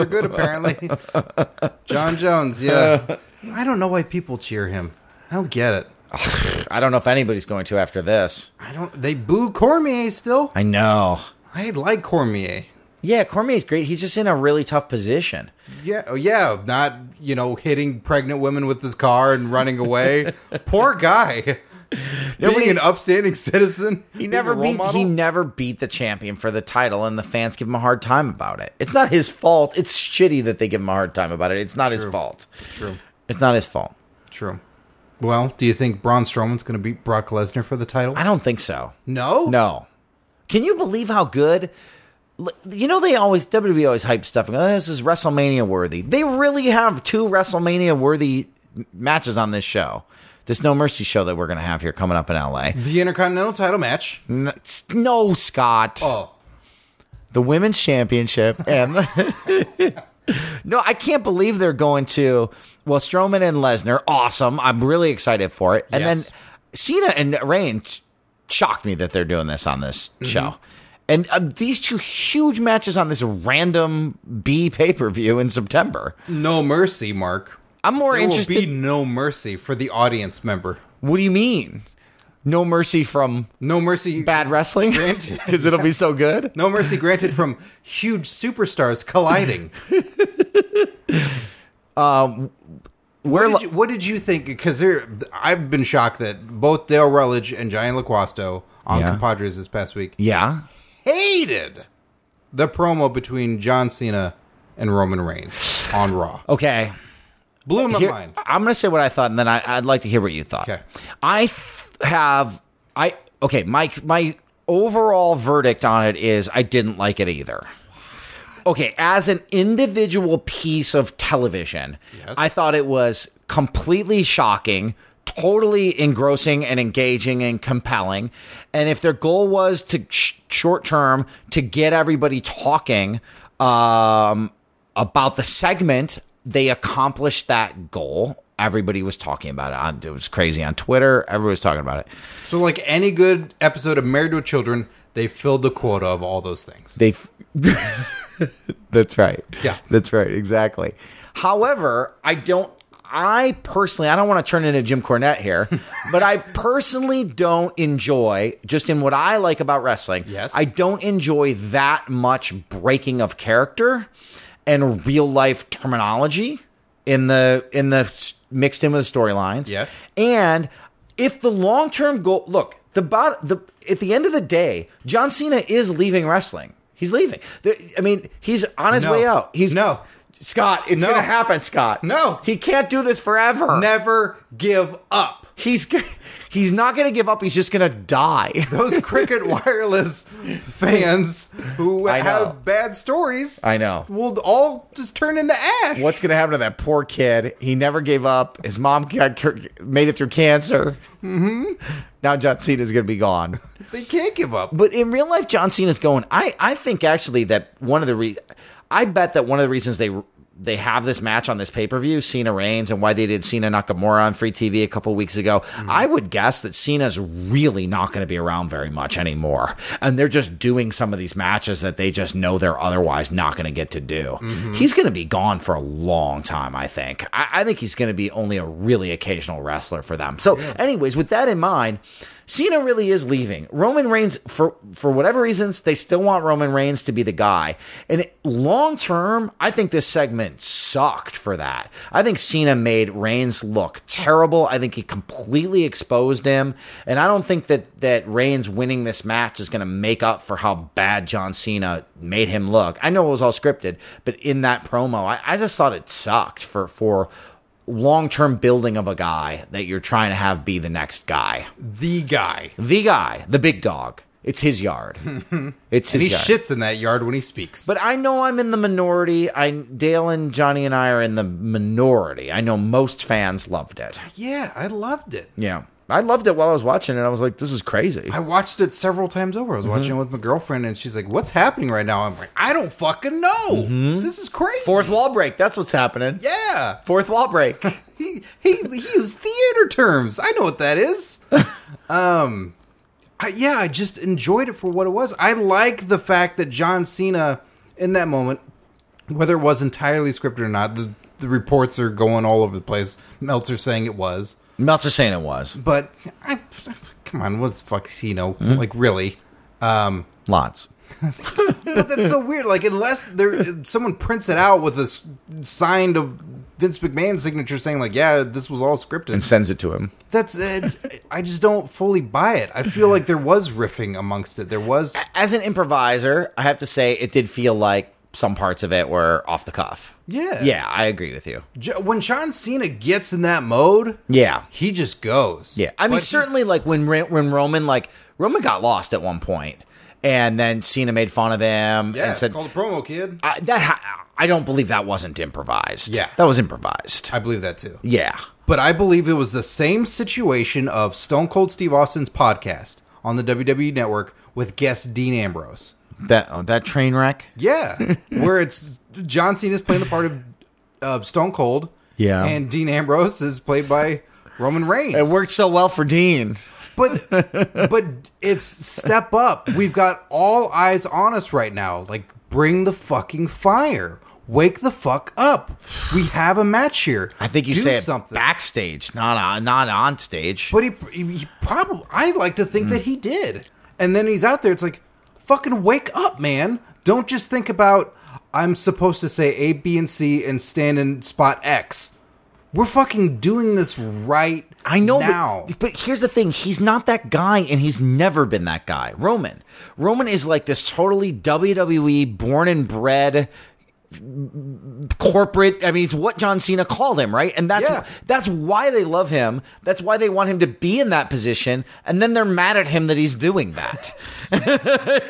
are good, <laughs> apparently. John Jones, yeah. I don't know why people cheer him. I don't get it. I don't know if anybody's going to after this. I don't. They boo Cormier still. I know. I like Cormier. Yeah, Cormier's great. He's just in a really tough position. Yeah, oh, yeah, not you know hitting pregnant women with his car and running <laughs> away. Poor guy. Nobody- Being an upstanding citizen, He being never a role beat model. he never beat the champion for the title and the fans give him a hard time about it. It's not his fault. It's shitty that they give him a hard time about it. It's not his fault. True, It's not his fault. true. Well, do you think Braun Strowman's going to beat Brock Lesnar for the title? I don't think so. No, No. Can you believe how good l- you know they always WWE always hype stuff and go, this is WrestleMania worthy. They really have two WrestleMania worthy m- matches on this show. This No Mercy show that we're going to have here coming up in LA. The Intercontinental title match. N- s- No, Scott. Oh, the women's championship and <laughs> no i can't believe they're going to well strowman and lesnar awesome i'm really excited for it and Yes. then cena and reigns shocked me that they're doing this on this Mm-hmm. show and uh, these two huge matches on this random b pay-per-view in september no mercy, Mark. i'm more There interested will be no mercy for the audience member. what do you mean no mercy from No mercy. bad wrestling <laughs> Granted. because it'll be so good No mercy granted from huge superstars <laughs> colliding. we're What did you, what did you think? Because I've been shocked that both Dale Rutledge and Giant LaQuasto on Yeah. Compadres this past week yeah hated the promo between John Cena and Roman Reigns on <sighs> Raw. okay Blew my Oh, Here- mind. I'm going to say what I thought, and then I, I'd like to hear what you thought. Okay. I th- have I okay. My my overall verdict on it is I didn't like it either. Okay, as an individual piece of television, Yes. I thought it was completely shocking, totally engrossing and engaging and compelling. And if their goal was to sh- short term to get everybody talking um, about the segment, they accomplished that goal. Everybody was talking about it. On, it was crazy on Twitter. Everybody was talking about it. So, like any good episode of Married with Children, they filled the quota of all those things. They. <laughs> That's right. Yeah. That's right. Exactly. However, I don't. I personally, I don't want to turn into Jim Cornette <laughs> here, but I personally don't enjoy, just in what I like about wrestling, Yes. I don't enjoy that much breaking of character and real life terminology in the in the s- mixed in with the storylines. Yes. And if the long term goal, look, the bot, the at the end of the day, John Cena is leaving wrestling. He's leaving. The- I mean, he's on his No. way out. He's No. Scott. It's No. gonna happen, Scott. No. he can't do this forever. Never give up. He's g- he's not gonna give up. He's just gonna die. <laughs> Those Cricket Wireless fans who I know. have bad stories I know. will all just turn into ash. What's gonna happen to that poor kid? He never gave up. His mom got, cur- made it through cancer. Mm-hmm. Now John Cena's gonna be gone. They can't give up. But in real life, John Cena's going. I, I think actually that one of the re- I bet that one of the reasons they they have this match on this pay per view, Cena Reigns, and why they did Cena Nakamura on free TV a couple weeks ago. I would guess that Cena's really not going to be around very much anymore, and they're just doing some of these matches that they just know they're otherwise not going to get to do. He's going to be gone for a long time. I think. I, I think he's going to be only a really occasional wrestler for them. So, anyways, with that in mind. Cena really is leaving. Roman Reigns, for for whatever reasons, they still want Roman Reigns to be the guy. And long term, I think this segment development sucked for that. I think Cena made Reigns look terrible. I think he completely exposed him, and I don't think that that Reigns winning this match is going to make up for how bad John Cena made him look. I know it was all scripted, but in that promo, I, I just thought it sucked for for long term building of a guy that you're trying to have be the next guy, The guy. the guy, the big dog. It's his <laughs> yard. it's his And he yard. shits in that yard when he speaks. But I know I'm in the minority. I Dale and Johnny and I are in the minority. I know most fans loved it. yeah, I loved it. Yeah. I loved it while I was watching it. I was like, this is crazy. I watched it several times over. I was watching it with my girlfriend, and she's like, "What's happening right now?" I'm like, "I don't fucking know. This is crazy." Fourth wall break. That's what's happening. yeah, Fourth wall <laughs> break. he he he used theater terms. I know what that is. um, I, yeah, I just enjoyed it for what it was. I like the fact that John Cena in that moment, whether it was entirely scripted or not, the, the reports are going all over the place. Meltzer saying it was, Meltzer saying it was. but I, come on, what's fuck Cena? Hmm? Like really? Lots. But that's so weird. Like unless there someone prints it out with a s- signed of Vince McMahon's signature saying like, yeah, this was all scripted. And sends it to him. That's it. I just don't fully buy it. I feel like there was riffing amongst it. There was As an improviser, I have to say it did feel like some parts of it were off the cuff. yeah Yeah, I agree with you. J- When John Cena gets in that mode, Yeah. he just goes. Yeah, I mean, But certainly, like when Ra- when Roman like Roman got lost at one point, and then Cena made fun of him he's- Yeah, and said it's called a promo, kid. I, that ha- I don't believe that wasn't improvised. Yeah. that was improvised. I believe that too. yeah, But I believe it was the same situation of Stone Cold Steve Austin's podcast on the WWE Network with guest Dean Ambrose. that oh, that train wreck. Yeah, <laughs> where it's John Cena's playing the part of of Stone Cold. Yeah. and Dean Ambrose is played by Roman Reigns. It worked so well for Dean. but but it's step up. We've got all eyes on us right now. Like bring the fucking fire. Wake the fuck up. We have a match here. I think you Do say something. it backstage, not on, not on stage. but he, he, he probably I like to think that he did. And then he's out there it's like fucking wake up, man. Don't just think about I'm supposed to say A, B, and C and stand in spot X. We're fucking doing this right I know, but- now. But, here's the thing: he's not that guy, and he's never been that guy. Roman, Roman is like this totally WWE born and bred corporate. I mean, he's what John Cena called him, right? And that's Yeah. that's why they love him. That's why they want him to be in that position, and then they're mad at him that he's <laughs> doing that.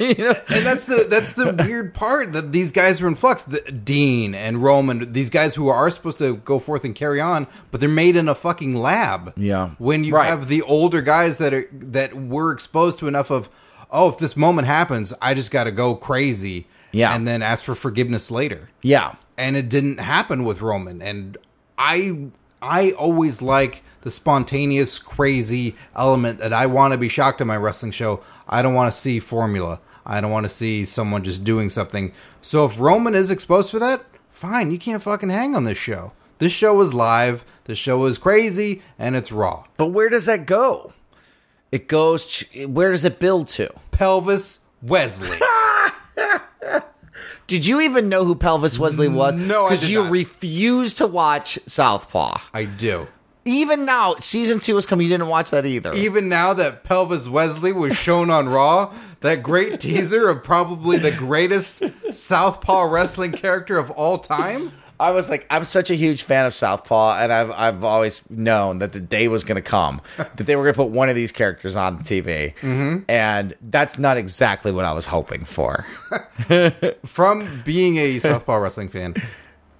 you know, and that's the that's the <laughs> weird part that these guys are in flux. The, Dean and Roman, these guys who are supposed to go forth and carry on, but they're made in a fucking lab. Yeah. When you Right. have the older guys that are that were exposed to enough of, oh, if this moment happens, I just got to go crazy. Yeah. And then ask for forgiveness later. yeah. And it didn't happen with Roman. And I I always like the spontaneous crazy element that I want to be shocked in my wrestling show. I don't want to see formula. I don't want to see someone just doing something. So if Roman is exposed for that, fine, you can't fucking hang on this show. This show is live, this show is crazy, and it's raw. But where does that go? It goes. To, where does it build to? Pelvis Wesley. Did you even know who Pelvis Wesley was? No, I because did you not. refused to watch Southpaw. I do. Even now, season two has come. You didn't watch that either. Even now that Pelvis Wesley was shown on Raw, that great teaser of probably the greatest Southpaw wrestling character of all time. I was like, I'm such a huge fan of Southpaw, and I've I've always known that the day was going to come that they were going to put one of these characters on the TV, and that's not exactly what I was hoping for. From being a Southpaw wrestling fan,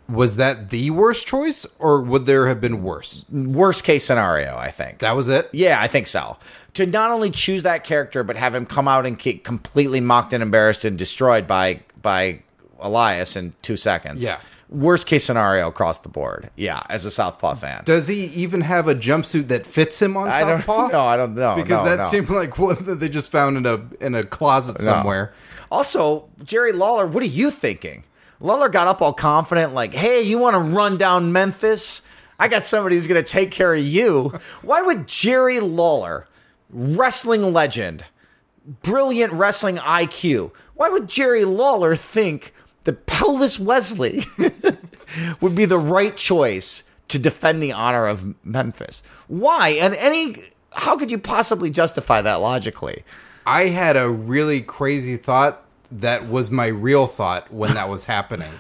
was that the worst choice or would there have been worse? Worst case scenario, I think. That was it? Yeah, I think so. To not only choose that character, but have him come out and get completely mocked and embarrassed and destroyed by by Elias in two seconds. Yeah. Worst case scenario across the board. Yeah, as a Southpaw fan. Does he even have a jumpsuit that fits him on I don't Southpaw? know. I don't know. Because <laughs> No, that no. seemed like one that they just found in a in a closet No. somewhere. Also, Jerry Lawler, what are you thinking? Lawler got up all confident, like, hey, you want to run down Memphis? I got somebody who's going to take care of you. Why would Jerry Lawler, wrestling legend, brilliant wrestling IQ, why would Jerry Lawler think that Pelvis Wesley <laughs> would be the right choice to defend the honor of Memphis. Why? And any how could you possibly justify that logically? I had a really crazy thought that was my real thought when that was happening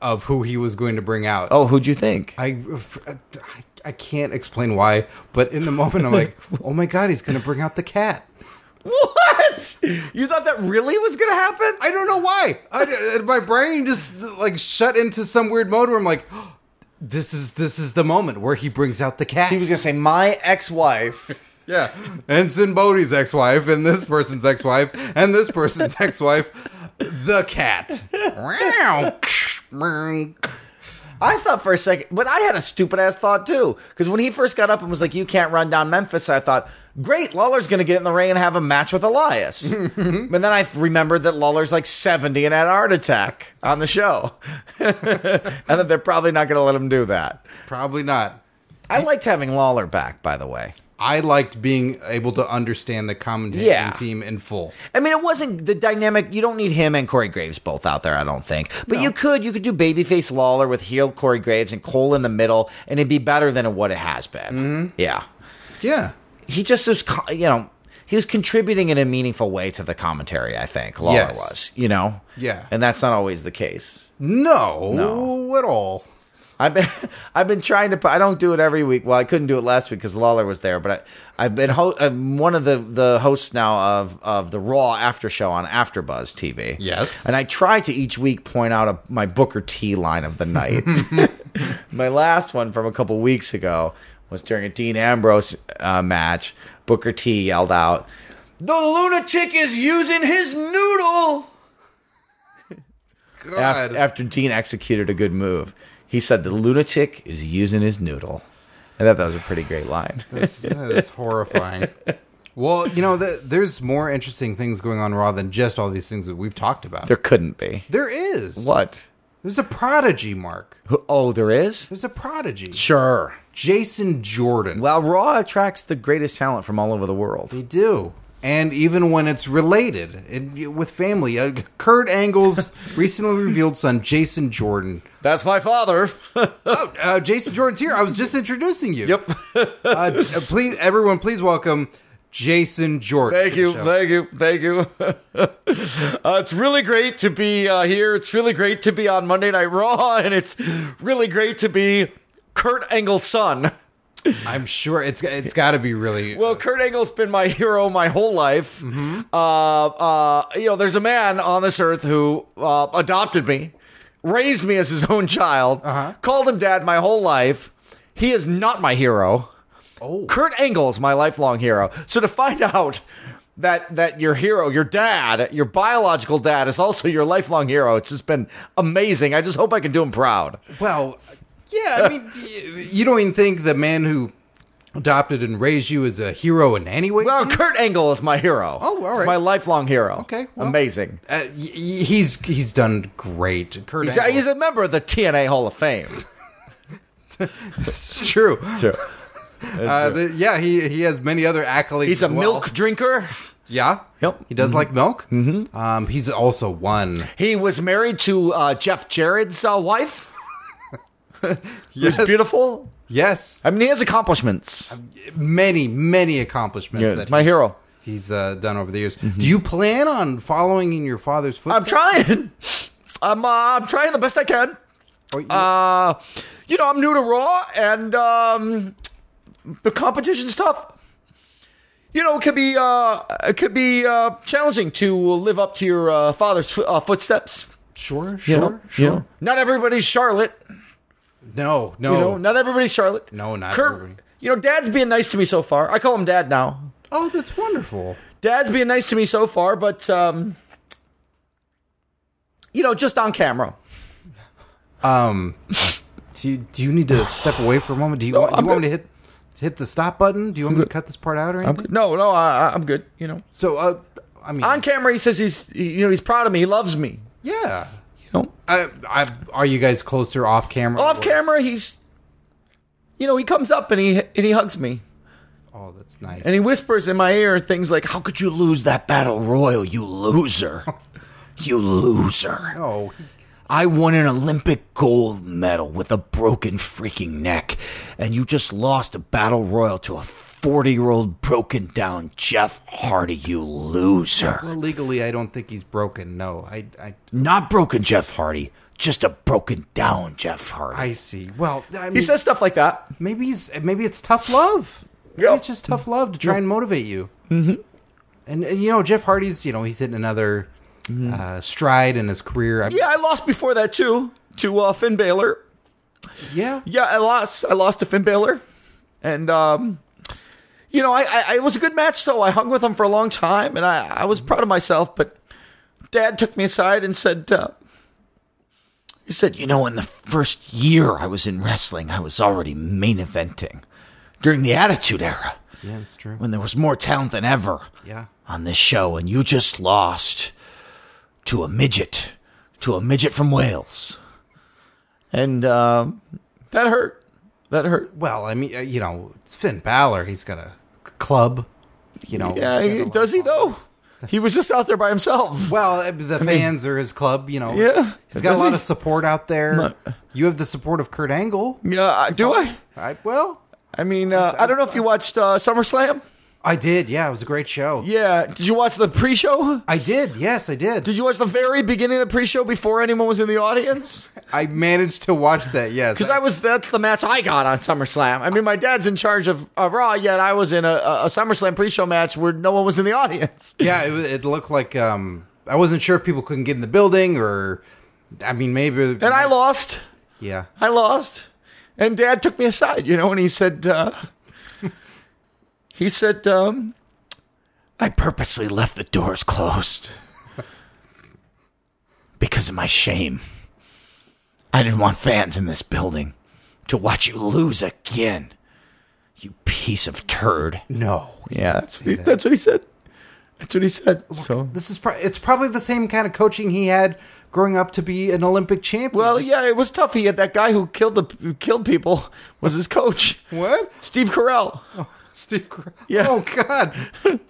of who he was going to bring out. Oh, who'd you think? I, I, I can't explain why, but in the moment I'm like, oh my god, he's going to bring out the cat. <laughs> What? You thought that really was going to happen? I don't know why. I, uh, my brain just like shut into some weird mode where I'm like, <gasps> "Oh, this is this is the moment where he brings out the cat. He was gonna say my ex-wife. yeah, Ensign Bodie's ex-wife and this person's ex-wife and this <laughs> person's ex-wife, the cat. I thought for a second, but I had a stupid ass thought too. Because when he first got up and was like, "You can't run down Memphis," I thought, "Great, Lawler's going to get in the ring and have a match with <laughs> Elias." but then I remembered that Lawler's like seventy and had a heart attack on the show, <laughs> and that they're probably not going to let him do that. Probably not. I liked having Lawler back, by the way. I liked being able to understand the commentating Yeah. team in full. I mean, it wasn't the dynamic. You don't need him and Corey Graves both out there, I don't think. But you could, you could do babyface Lawler with heel Corey Graves and Cole in the middle, and it'd be better than what it has been. Mm-hmm. Yeah, Yeah. he just was, co- you know, he was contributing in a meaningful way to the commentary. I think Lawler Yes. was, you know, Yeah. and that's not always the case. No, No. at all. I've been <laughs> I've been trying to. I don't do it every week. Well, I couldn't do it last week because Lawler was there. But I, I've been ho- I'm one of the the hosts now of of the Raw after show on AfterBuzz TV. Yes. and I try to each week point out a, my Booker T line of the night. my last one from a couple weeks ago was during a Dean Ambrose uh, match. Booker T yelled out, "The lunatic is using his noodle." God. after, after Dean executed a good move, he said the lunatic is using his noodle. I thought that was a pretty great line. That's horrifying. Well, you know, th there's more interesting things going on Raw than just all these things that we've talked about. there couldn't be. there is. What? There's a prodigy, Mark. Who- Oh, there is? There's a prodigy. Sure. Jason Jordan. Well, Raw attracts the greatest talent from all over the world. they do. And even when it's related it, with family, uh, Kurt <laughs> Angle's recently revealed son, Jason Jordan. That's my <laughs> father. Oh, uh, Jason Jordan's here. I was just introducing you. Yep. uh, please, everyone, please welcome Jason Jordan. to the show. Thank you. Thank you. <laughs> uh, it's really great to be uh, here. It's really great to be on Monday Night Raw, <laughs> and it's really great to be Kurt Angle's son. <laughs> I'm sure it's it's got to be really Well, Kurt Angle's been my <laughs> hero my whole life. Mm-hmm. Uh, uh, you know, there's a man on this earth who uh, adopted me, raised me as his own child, Uh-huh. called him dad my whole life. He is not my hero. Oh. Kurt Angle is my lifelong hero. So to find <laughs> out that that your hero, your dad, your biological dad, is also your lifelong hero, it's just been amazing. I just hope I can do him proud. Well, yeah, I mean, y- you don't even think the man who adopted and raised you is a hero in any way? Well, Kurt Angle is my hero. Mm-hmm. Oh, all It's right. my lifelong hero. Okay, well. amazing. uh, y- y- he's he's done great. Kurt He's, Angle. he's a member of the TNA Hall of Fame. it's <laughs> true. Sure. Uh, the, yeah, he he has many other accolades. He's a as well. milk drinker. Yeah. Yep. He does like milk. Mm-hmm. Um, he's also won. He was married to uh, Jeff Jarrett's uh, wife. <laughs> Yes. He's beautiful. Yes. I mean, he has accomplishments. Many many accomplishments. Yeah, that he's my he's- hero. Mm-hmm. He's uh, done over the years. Do you plan on following in your father's I'm footsteps? trying. I'm uh, I'm trying the best I can. Uh, you know, I'm new to Raw, and um, the competition's tough. You know, it could be uh, it could be uh, challenging to live up to your uh, father's fo- uh, footsteps. sure, You sure, know? sure. You know? Not everybody's Charlotte. No, no, You know, not everybody's Charlotte. No, not Kurt, everybody. You know, Dad's being nice to me so far. I call him Dad now. Oh, that's wonderful. Dad's being nice to me so far, but um, you know, just on camera. Um, do you, do you need <sighs> to step away for a moment? Do you, want, do I'm you want me to hit to hit the stop button? Do you want me to cut this part out or anything? No, no, I, I- I'm good. You know, So, uh, I mean, on camera, he says he's he- you know he's proud of me. He loves me. yeah. You know, I, I, are you guys closer off camera? off Or- camera, he's you know he comes up and he and he hugs me Oh, that's nice. and he whispers in my ear things like, "How could you <laughs> lose that battle royal, you loser, you loser." oh, I won an Olympic gold medal with a broken freaking neck, and you just lost a battle royal to a 40 year old broken down Jeff Hardy, you loser. Well, legally, I don't think he's broken. No, I, I, Not broken Jeff Hardy, just a broken down Jeff Hardy. I see. Well, I mean, He says stuff like that. maybe he's maybe it's tough love. Maybe Yeah. it's just tough love to try and motivate you. Mm-hmm. And, and, you know, Jeff Hardy's you know he's hitting another uh, stride in his career. I, Mm-hmm. Yeah, I lost before that too to uh, Finn Balor. yeah. Yeah, I lost. I lost to Finn Balor, and um, you know, I, I it was a good match though. I hung with him for a long time, and I I was proud of myself. But Dad took me aside and said, uh, He said, You know, in the first year I was in wrestling, I was already main eventing during the Attitude Era Yeah, it's true. when there was more talent than ever Yeah. on this show, and you just lost to a midget, to a midget from Wales. And um, "That hurt. That hurt." Well, I mean, uh, you know, it's Finn Balor. He's got a c- club. You know. Yeah, he's got a he, lot does of he though? He was just out there by himself. <laughs> Well, uh, the fans are his club, you know. Yeah. he's got a Does lot he? of support out there. You have the support of Kurt Angle. Yeah, I- do I? I, well, I mean, uh, I don't know if you watched uh, SummerSlam. I did. Yeah, it was a great show. Yeah, did you watch the pre-show? I did. Yes, I did. Did you watch the very beginning of the pre-show before anyone was in the audience? I managed to watch that. Yes, Because I was that's the match I got on SummerSlam. I mean, my dad's in charge of uh, Raw, yet I was in a, a SummerSlam pre-show match where no one was in the audience. <laughs> yeah, it, wa- it looked like um, I wasn't sure if people couldn't get in the building or, I mean, maybe. And And I lost. Yeah, I lost. And Dad took me aside, you know, and he said, uh, he said, um, I purposely left the doors closed <laughs> because of my shame. I didn't want fans in this building to watch you lose again, you piece of turd. no. yeah, that's, that's what he said. That's what he said. so, This is pro- it's probably the same kind of coaching he had growing up to be an Olympic champion. well, Just- yeah, it was tough. He had that guy who killed the who killed people was his coach, what? Steve Carell. Steve Carell. Yeah. Oh God. <laughs>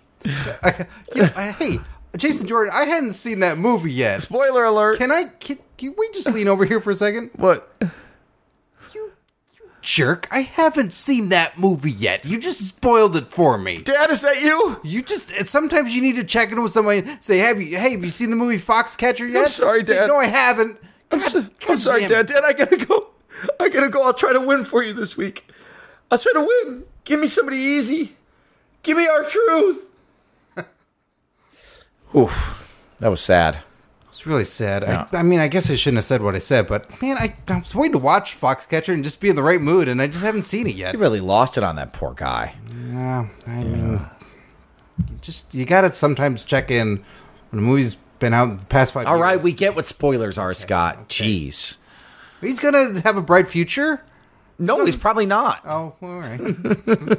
I, yeah, I- hey, Jason Jordan. I hadn't seen that movie yet. Spoiler alert. Can I? Can, can we just lean over here for a second? what? Jerk! I haven't seen that movie yet. You just spoiled it for me. Dad, is that you? You just and sometimes you need to check in with somebody. and Say, have you? Hey, have you seen the movie Foxcatcher yet? sorry, Say, Dad. No, I haven't. I'm, God- so- I'm God sorry, damn it. Dad. Dad, I gotta go. I gotta go. I'll try to win for you this week. I'll try to win. Give me somebody easy. Give me our truth. Oof, that was sad. It's really sad. I, I mean, I guess I shouldn't have said what I said, but man, I, I was waiting to watch Foxcatcher and just be in the right mood, and I just haven't seen it yet. You really lost it on that poor guy. Yeah, I mean, you just you gotta sometimes check in when a movie's been out the past five. All right, years. we get what spoilers are, Scott. Jeez. he's gonna have a bright future. No, he's probably not. Oh, all right.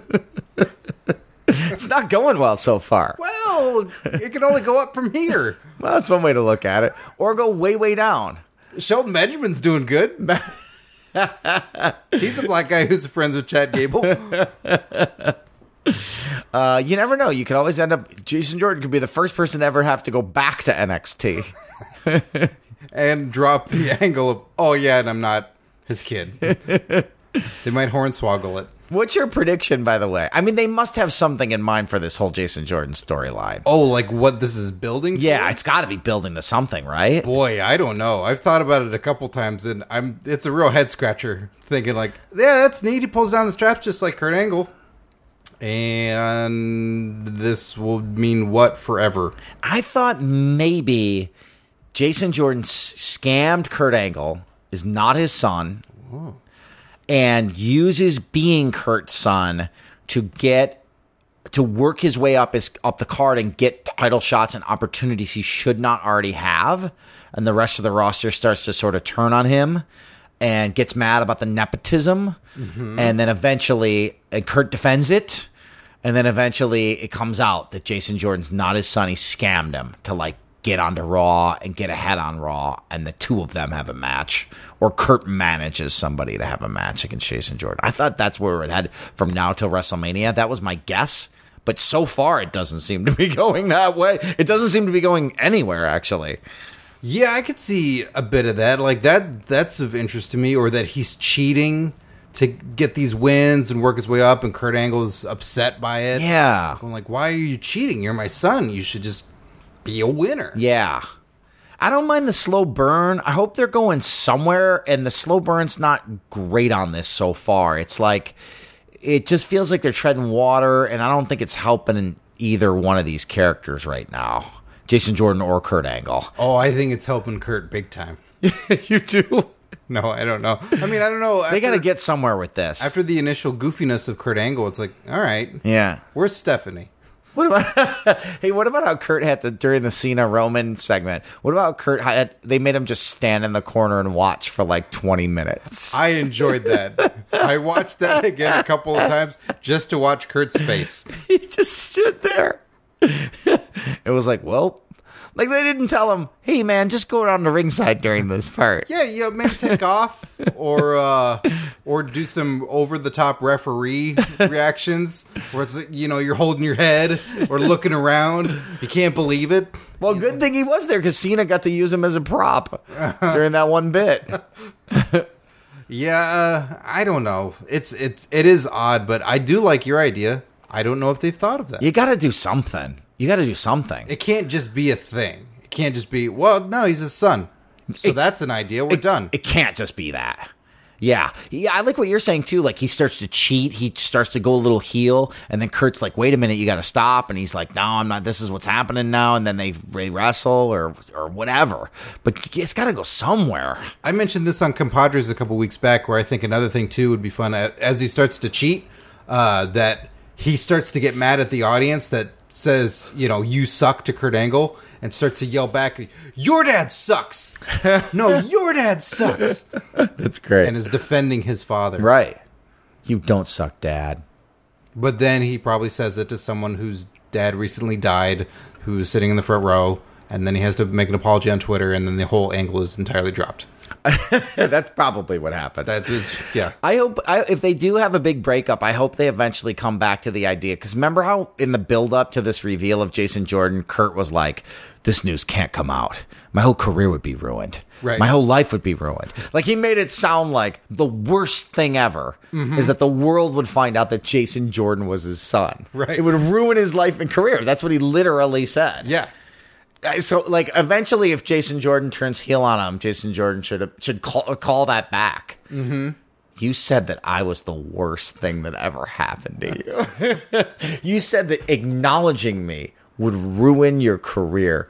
It's not going well so far. well, it can only go up from here. Well, that's one way to look at it. Or go way, way down. Sheldon Benjamin's doing <laughs> good. he's a black guy who's friends with Chad Gable. Uh, you never know. You could always end up. Jason Jordan could be the first person to ever have to go back to <laughs> NXT. and drop the angle of oh yeah, and I'm not his kid. they might hornswoggle it. What's your prediction, by the way? I mean, they must have something in mind for this whole Jason Jordan storyline. Oh, like what this is building? Yeah, towards? it's got to be building to something, right? boy, I don't know. I've thought about it a couple times, and I'm it's a real head scratcher thinking like, yeah, that's neat. He pulls down the straps just like Kurt Angle. And this will mean what forever? I thought maybe Jason Jordan s- scammed Kurt Angle, is not his son, and uses being Kurt's son to get to work his way up his up the card and get title shots and opportunities he should not already have. And the rest of the roster starts to sort of turn on him and gets mad about the nepotism. And then eventually, and Kurt defends it. And then eventually, it comes out that Jason Jordan's not his son. He scammed him to like get onto Raw and get ahead on Raw. And the two of them have a match. Or Kurt manages somebody to have a match against Jason Jordan. I thought that's where it had from now till WrestleMania. That was my guess. But <laughs> so far, it doesn't seem to be going that way. It doesn't seem to be going anywhere, actually. Yeah, I could see a bit of that. Like that that's of interest to me, or that he's cheating to get these wins and work his way up and Kurt Angle's upset by it. Yeah. I'm like, why are you cheating? You're my son. You should just be a winner. Yeah. I don't mind the slow burn. I hope they're going somewhere, and the slow burn's not great on this so far. It's like, it just feels like they're treading water, and I don't think it's helping either one of these characters right now Jason Jordan or Kurt Angle. Oh, I think it's helping Kurt big time. <laughs> you do? No, I don't know. I mean, I don't know. They got to get somewhere with this. after the initial goofiness of Kurt Angle, it's like, all right, yeah. where's Stephanie? What about hey? What about how Kurt had to during the Cena Roman segment? What about Kurt? Had, they made him just stand in the corner and watch for like twenty minutes. I enjoyed <laughs> that. I watched that again a couple of times just to watch Kurt's face. he just stood there. it was like, well, like they didn't tell him, hey man, just go around the ringside during <laughs> this part. Yeah, you know, maybe take off or uh, or do some over the top referee reactions where it's like, you know you're holding your head or looking around. You can't believe it. Well, good thing he was there because Cena got to use him as a prop during that one bit. Yeah, uh, I don't know. It's it's it is odd, but I do like your idea. I don't know if they've thought of that. You got to do something. You got to do something. It can't just be a thing. It can't just be well. No, he's his son. So It- that's an idea. We're it, done. It can't just be that. Yeah. Yeah, I like what you're saying too. Like he starts to cheat, he starts to go a little heel, and then Kurt's like, "Wait a minute, you got to stop." And he's like, "No, I'm not. This is what's happening now." And then they they wrestle or or whatever. But it's got to go somewhere. I mentioned this on Compadres a couple weeks back, where I think another thing too would be fun uh, as he starts to cheat, uh, that he starts to get mad at the audience that says, you know, you suck to Kurt Angle and starts to yell back, your dad <laughs> sucks. no, your dad sucks. That's great. And is defending his father. right. You don't suck, dad. But then he probably says it to someone whose dad recently died, who's sitting in the front row. And then he has to make an apology on Twitter, and then the whole angle is entirely dropped. <laughs> That's probably what happened. That is, yeah. I hope I, if they do have a big breakup, I hope they eventually come back to the idea. Because remember how in the build up to this reveal of Jason Jordan, Kurt was like, "This news can't come out. My whole career would be ruined. Right. My whole life would be ruined." Like he made it sound like the worst thing ever Mm-hmm. is that the world would find out that Jason Jordan was his son. Right. It would ruin his life and career. That's what he literally said. Yeah. Uh, So like eventually, if Jason Jordan turns heel on him, Jason Jordan should should call call that back. Mm-hmm. You said that I was the worst thing that ever happened to you. <laughs> you said that acknowledging me would ruin your career.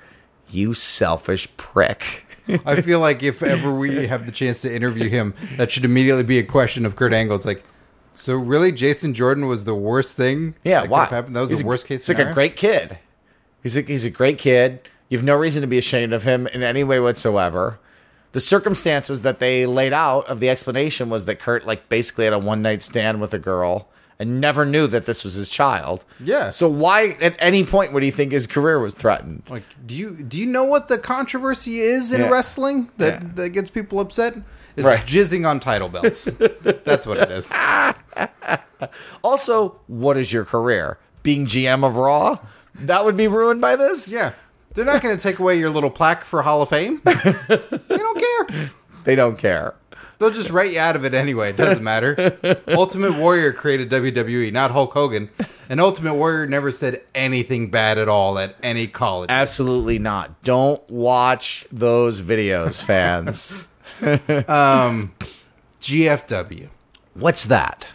You selfish prick. I feel like if ever we have the chance to interview him, that should immediately be a question of Kurt Angle. It's like, so really, Jason Jordan was the worst thing. Yeah, that why? could've happened. That was He's the a- worst case He's like scenario. a great kid. He's a, he's a great kid. You have no reason to be ashamed of him in any way whatsoever. The circumstances that they laid out of the explanation was that Kurt like basically had a one night stand with a girl and never knew that this was his child. Yeah. So why at any point would he think his career was threatened? Like, do you do you know what the controversy is in Yeah. wrestling that Yeah. that gets people upset? It's Right. jizzing on title <laughs> belts. That's what it is. Also, what is your career? Being GM of Raw? That would be ruined by this? Yeah, they're not going to take away your little plaque for Hall of <laughs> Fame. they don't care. They don't care. They'll just write you out of it anyway. It doesn't matter. Ultimate Warrior created WWE, not Hulk Hogan. And Ultimate Warrior never said anything bad at all at any college. Absolutely not. Don't watch those <laughs> videos, fans. GFW, What's that?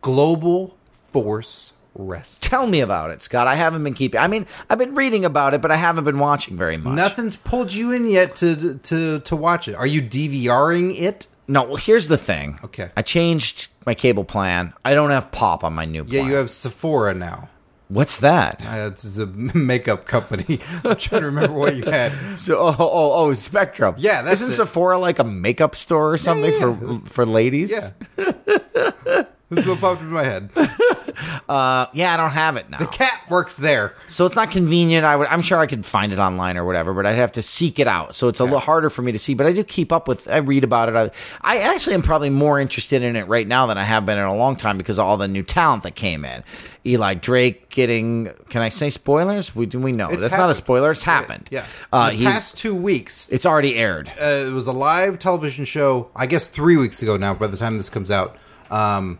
Global Force Wrestling. Tell me about it, Scott. I haven't been keeping. I mean, I've been reading about it, but I haven't been watching very much. Nothing's pulled you in yet to to to watch it. Are you DVRing it? No. Well, here's the thing. Okay. I changed my cable plan. I don't have Pop on my new Yeah, plan. you have Sephora now. What's that? Uh, it's a <laughs> makeup company. <laughs> I'm trying to remember what you had. So, oh, oh, oh, Spectrum. Yeah, that's isn't it. Sephora like a makeup store or something yeah, <laughs> for for ladies? Yeah. this is what popped in my head. Uh, yeah, I don't have it now. Cat works there. So it's not convenient. I would, I'm sure I could find it online or whatever, but I'd have to seek it out. So it's a little harder for me to see, but I do keep up with, I read about it. I, I actually am probably more interested in it right now than I have been in a long time because of all the new talent that came in. Eli Drake getting, can I say spoilers? We do we know that's not a happened. spoiler. It's happened. Yeah. Uh, the he, past two weeks, it's already aired. uh, it was a live television show. I guess three weeks ago now. By the time this comes out, um,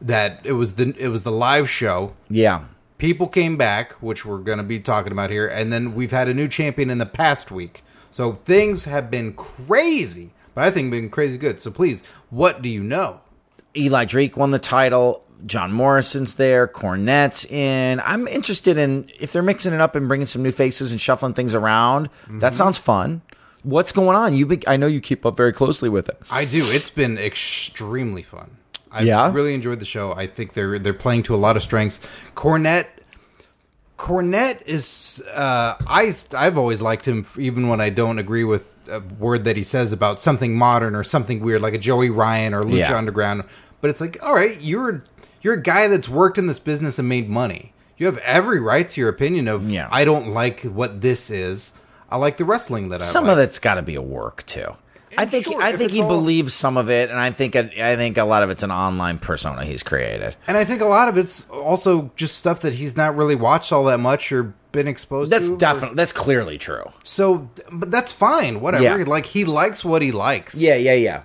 that it was the it was the live show. Yeah. People came back, which we're going to be talking about here, and then we've had a new champion in the past week. So things have been crazy, but I think been crazy good. So please, what do you know? Eli Drake won the title. John Morrison's there. Cornette's in. I'm interested in if they're mixing it up and bringing some new faces and shuffling things around. Mm-hmm. That sounds fun. What's going on? You, be, I know you keep up very closely with it. I do. It's been extremely fun. I Yeah? really enjoyed the show. I think they're they're playing to a lot of strengths. Cornette Cornette is uh, I I've always liked him even when I don't agree with a word that he says about something modern or something weird like a Joey Ryan or Lucha Yeah. Underground. But it's like, all right, you're you're a guy that's worked in this business and made money. You have every right to your opinion of Yeah. I don't like what this is. I like the wrestling that I Some like. of that's got to be a work too. I think sure, I if think it's he all- believes some of it, and I think I think a lot of it's an online persona he's created. And I think a lot of it's also just stuff that he's not really watched all that much or been exposed That's to. definitely that's clearly true. So, but that's fine. Whatever. Yeah. Like, he likes what he likes. yeah, yeah.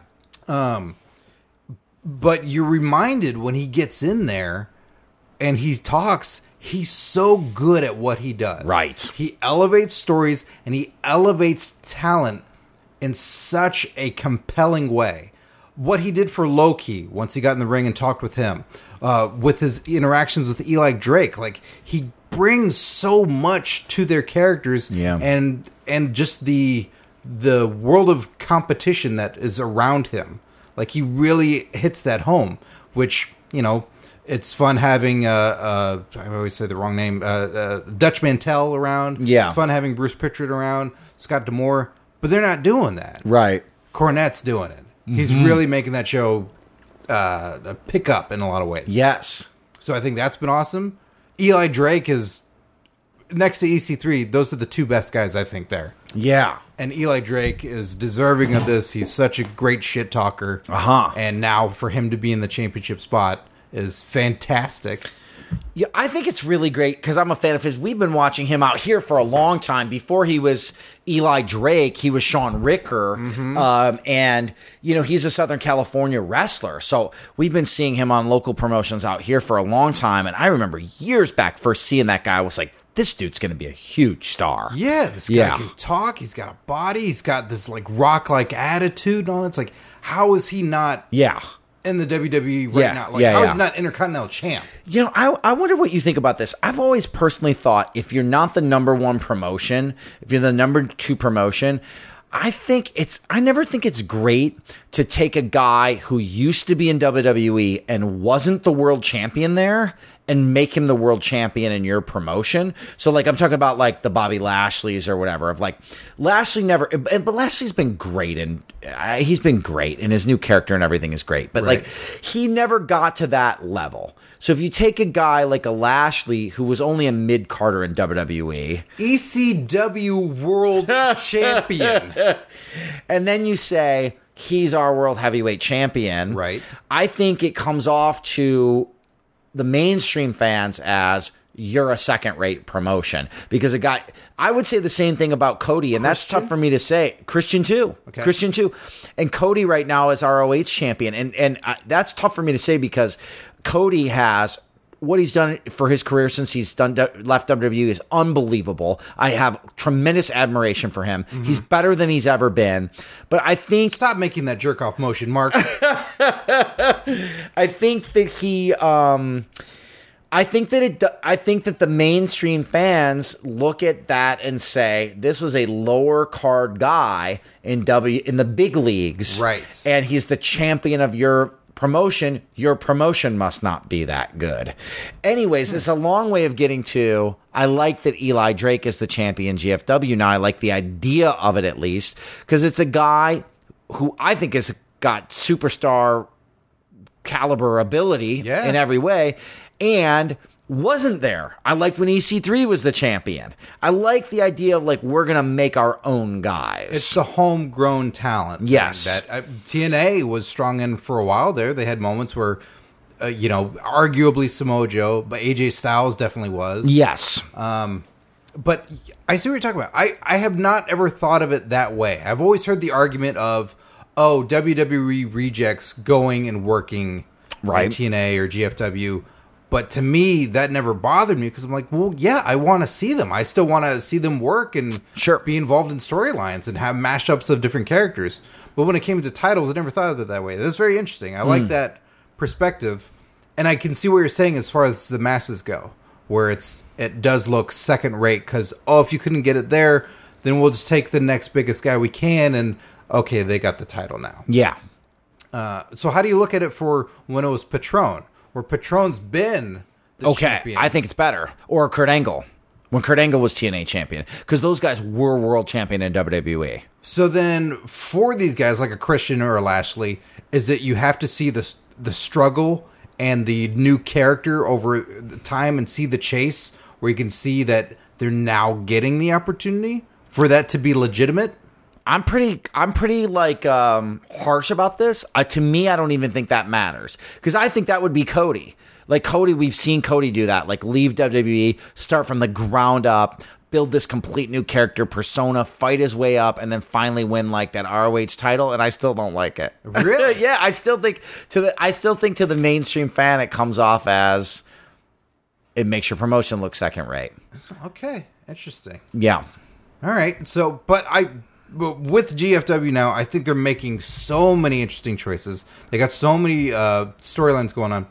But you're reminded when he gets in there and he talks, he's so good at what he does. Right. He elevates stories and he elevates talent in such a compelling way. What he did for Loki once he got in the ring and talked with him, uh, with his interactions with Eli Drake, like he brings so much to their characters, Yeah. and and just the the world of competition that is around him. Like he really hits that home, which you know it's fun having uh, uh I always say the wrong name uh, uh Dutch Mantel around. Yeah. it's fun having Bruce Pritchard around, Scott Demore, but they're not doing that. Right. Cornette's doing it. He's really making that show uh, a pickup in a lot of ways. Yes. So I think that's been awesome. Eli Drake is next to EC3. Those are the two best guys I think there. Yeah. And Eli Drake is deserving of this. He's such a great shit talker. Uh-huh. And now for him to be in the championship spot is fantastic. Yeah, I think it's really great because I'm a fan of his. We've been watching him out here for a long time. Before he was Eli Drake, he was Sean Ricker, um, and you know he's a Southern California wrestler. So we've been seeing him on local promotions out here for a long time. And I remember years back, first seeing that guy I was like, "This dude's going to be a huge star." Yeah, this guy Yeah. can talk. He's got a body. He's got this like rock like attitude and all that. It's like, how is he not yeah. in the WWE right Yeah, now? Like, yeah, how is yeah. he not Intercontinental Champ? You know, I, I wonder what you think about this. I've always personally thought if you're not the number one promotion, if you're the number two promotion, I think it's, I never think it's great to take a guy who used to be in WWE and wasn't the world champion there and make him the world champion in your promotion. So, like, I'm talking about like the Bobby Lashley's or whatever of like Lashley never, and- but Lashley's been great and uh, he's been great and his new character and everything is great. But like, he never got to that level. So if you take a guy like a Lashley who was only a mid Carter in E, WWE, ECW E <laughs> World Champion. and then you say he's our world heavyweight champion, Right. I think it comes off to the mainstream fans as you're a second rate promotion because a guy I would say the same thing about Cody and that's tough for me to say Christian too Christian too and Cody right now is ROH champion and and uh, that's tough for me to say because Cody has what he's done for his career since he's done left WWE is unbelievable. I have tremendous admiration for him. He's better than he's ever been. But I think Stop making that jerk off motion, Mark. I think that he um I think that it do- I think that the mainstream fans look at that and say this was a lower card guy in W in the big leagues. Right. And he's the champion of your promotion. Your promotion must not be that good. Anyways, it's a long way of getting to I like that Eli Drake is the champion GFW now. I like the idea of it at least cuz it's a guy who I think has got superstar caliber ability Yeah. in every way, and wasn't there. I liked when EC3 was the champion. I like the idea of like we're gonna make our own guys. It's a homegrown talent. thing Yes. that uh, TNA was strong in for a while there. They had moments where, uh, you know, arguably Samoa Joe, but AJ Styles definitely was. yes, Uh, But I see what you're talking about. I I have not ever thought of it that way. I've always heard the argument of, oh, WWE rejects going and working on Right. TNA or GFW. But to me, that never bothered me because I'm like, well, yeah, I want to see them. I still want to see them work and Sure. be involved in storylines and have mashups of different characters. But when it came to titles, I never thought of it that way. That's very interesting. I Hmm. like that perspective, and I can see what you're saying as far as the masses go, where it's it does look second rate because oh, if you couldn't get it there, then we'll just take the next biggest guy we can, and okay, they got the title now. yeah, So how do you look at it for when it was Patron, where Patron's been the okay. champion? I think it's better. Or Kurt Angle when Kurt Angle was TNA champion because those guys were world champion in E. WWE. So then, for these guys like a Christian or a Lashley, is that you have to see the the struggle and the new character over the time and see the chase, where you can see that they're now getting the opportunity for that to be legitimate. I'm pretty I'm pretty like um harsh about this. Uh, to me I don't even think that matters cuz I think that would be Cody. Like Cody we've seen Cody do that. Like leave WWE, start from the ground up, build this complete new character persona, fight his way up and then finally win like that ROH title and I still don't like it. Really? <laughs> yeah, I still think to the I still think to the mainstream fan it comes off as it makes your promotion look second rate. Okay, interesting. Yeah. All right. So, but I but with GFW now, I think they're making so many interesting choices. They got so many uh, storylines going on.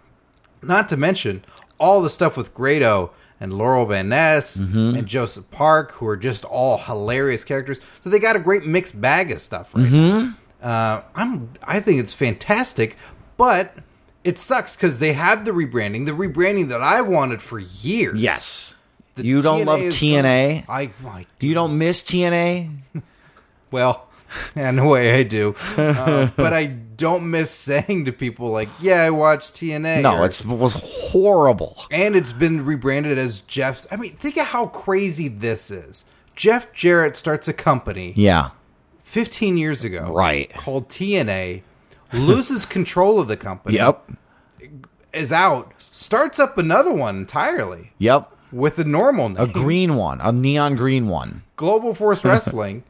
Not to mention all the stuff with Grado and Laurel Van Ness Mm-hmm. and Joseph Park, who are just all hilarious characters. So they got a great mixed bag of stuff. Right Mm-hmm. now. Uh, I'm I think it's fantastic, but it sucks because they have the rebranding, the rebranding that I wanted for years. Yes. The You don't love is the- TNA? I, I You don't miss TNA? well, <laughs> in a way I do, <laughs> uh, but I don't miss saying to people like, "Yeah, I watched TNA." No, or- it's, it was horrible. and it's been rebranded as Jeff's. I mean, think of how crazy this is. Jeff Jarrett starts a company Yeah. 15 years ago, Right. Called TNA, <laughs> loses control of the company, is out, starts up another one entirely Yep. with a normal name. A green one, a neon green one. Global <laughs> Force Wrestling,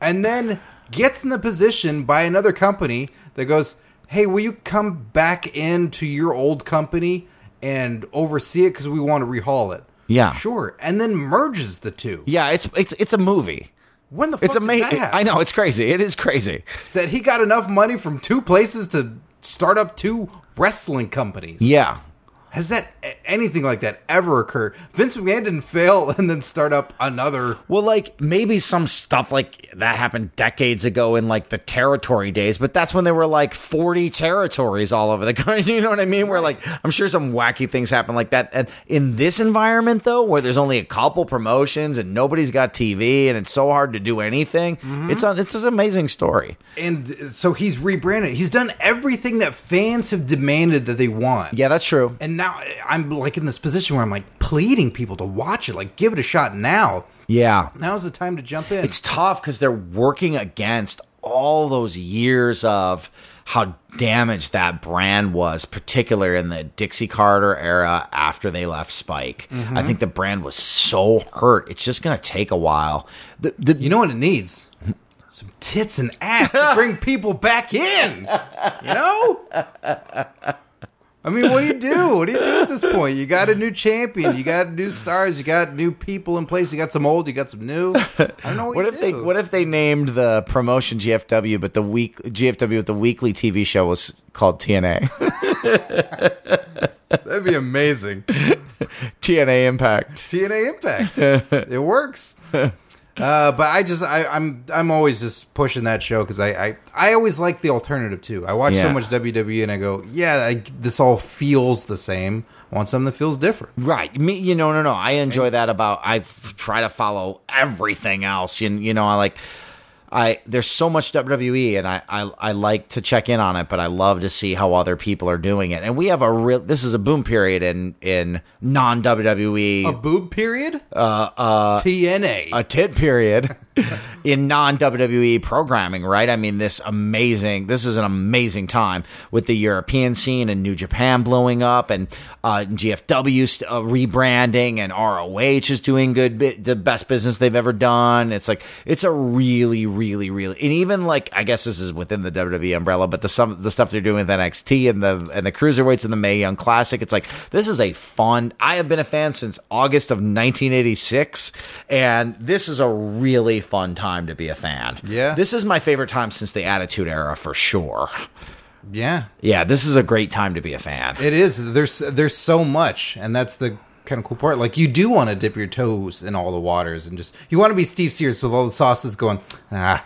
and then gets in the position by another company that goes, "Hey, will you come back into your old company and oversee it because we want to rehaul it?" Yeah. sure. And then merges the two. Yeah, it's it's it's a movie. When the fuck It's did amazing. That happen? I know it's crazy. It is crazy. that he got enough money from two places to start up two wrestling companies. Yeah. Has that anything like that ever occurred? Vince McMahon didn't fail <laughs> and then start up another. Well, like maybe some stuff like that happened decades ago in like the territory days, but that's when there were like 40 territories all over the <laughs> country. You know what I mean? Where like I'm sure some wacky things happen like that. And in this environment though, where there's only a couple promotions and nobody's got TV and it's so hard to do anything, it's a, it's an amazing story. And so he's rebranded. He's done everything that fans have demanded that they want. Yeah, that's true. And now I'm like in this position where I'm like pleading people to watch it, like give it a shot now. Yeah. Now's the time to jump in. It's tough because they're working against all those years of how damaged that brand was, particular in the Dixie Carter era after they left Spike. I think the brand was so hurt. It's just going to take a while. The, the, you know what it needs? Some tits and ass to <laughs> bring people back in. You know? I mean, what do you do? What do you do at this point? You got a new champion. You got new stars. You got new people in place. You got some old. You got some new. I don't know what, what you if they do. what if they named the promotion GFW but the week GFW but the weekly TV show was called <laughs> TNA That'd be amazing. TNA Impact TNA <laughs> Impact. it works. Uh, but I just I, I'm I'm always just pushing that show because I, I I always like the alternative too. I watch so Yeah. much WWE and I go, yeah, I, this all feels the same. I want something that feels different. Right. Me, you know, no, no. I enjoy that about, I f- try to follow everything else. And, you know, I like, I there's so much WWE, and I, I I like to check in on it, but I love to see how other people are doing it. And we have a real. This is a boom period in in E non WWE A boob period? Uh, uh, TNA. a tit period in non WWE programming, right? I mean, this amazing, this is an amazing time with the European scene and New Japan blowing up and uh, GFW st- uh, rebranding and ROH is doing good, bi- the best business they've ever done. It's like, it's a really, really, really, and even like, I guess this is within the WWE umbrella, but the some the stuff they're doing with NXT and the and the cruiserweights and the May Young Classic, it's like this is a fun. I have been a fan since August of 1986, and this is a really fun time to be a fan. Yeah. this is my favorite time since the Attitude Era for sure. yeah. Yeah, this is a great time to be a fan. It is. There's there's so much, and that's the kind of cool part. Like you do want to dip your toes in all the waters, and just you want to be Steve Sears with all the sauces going. Ah,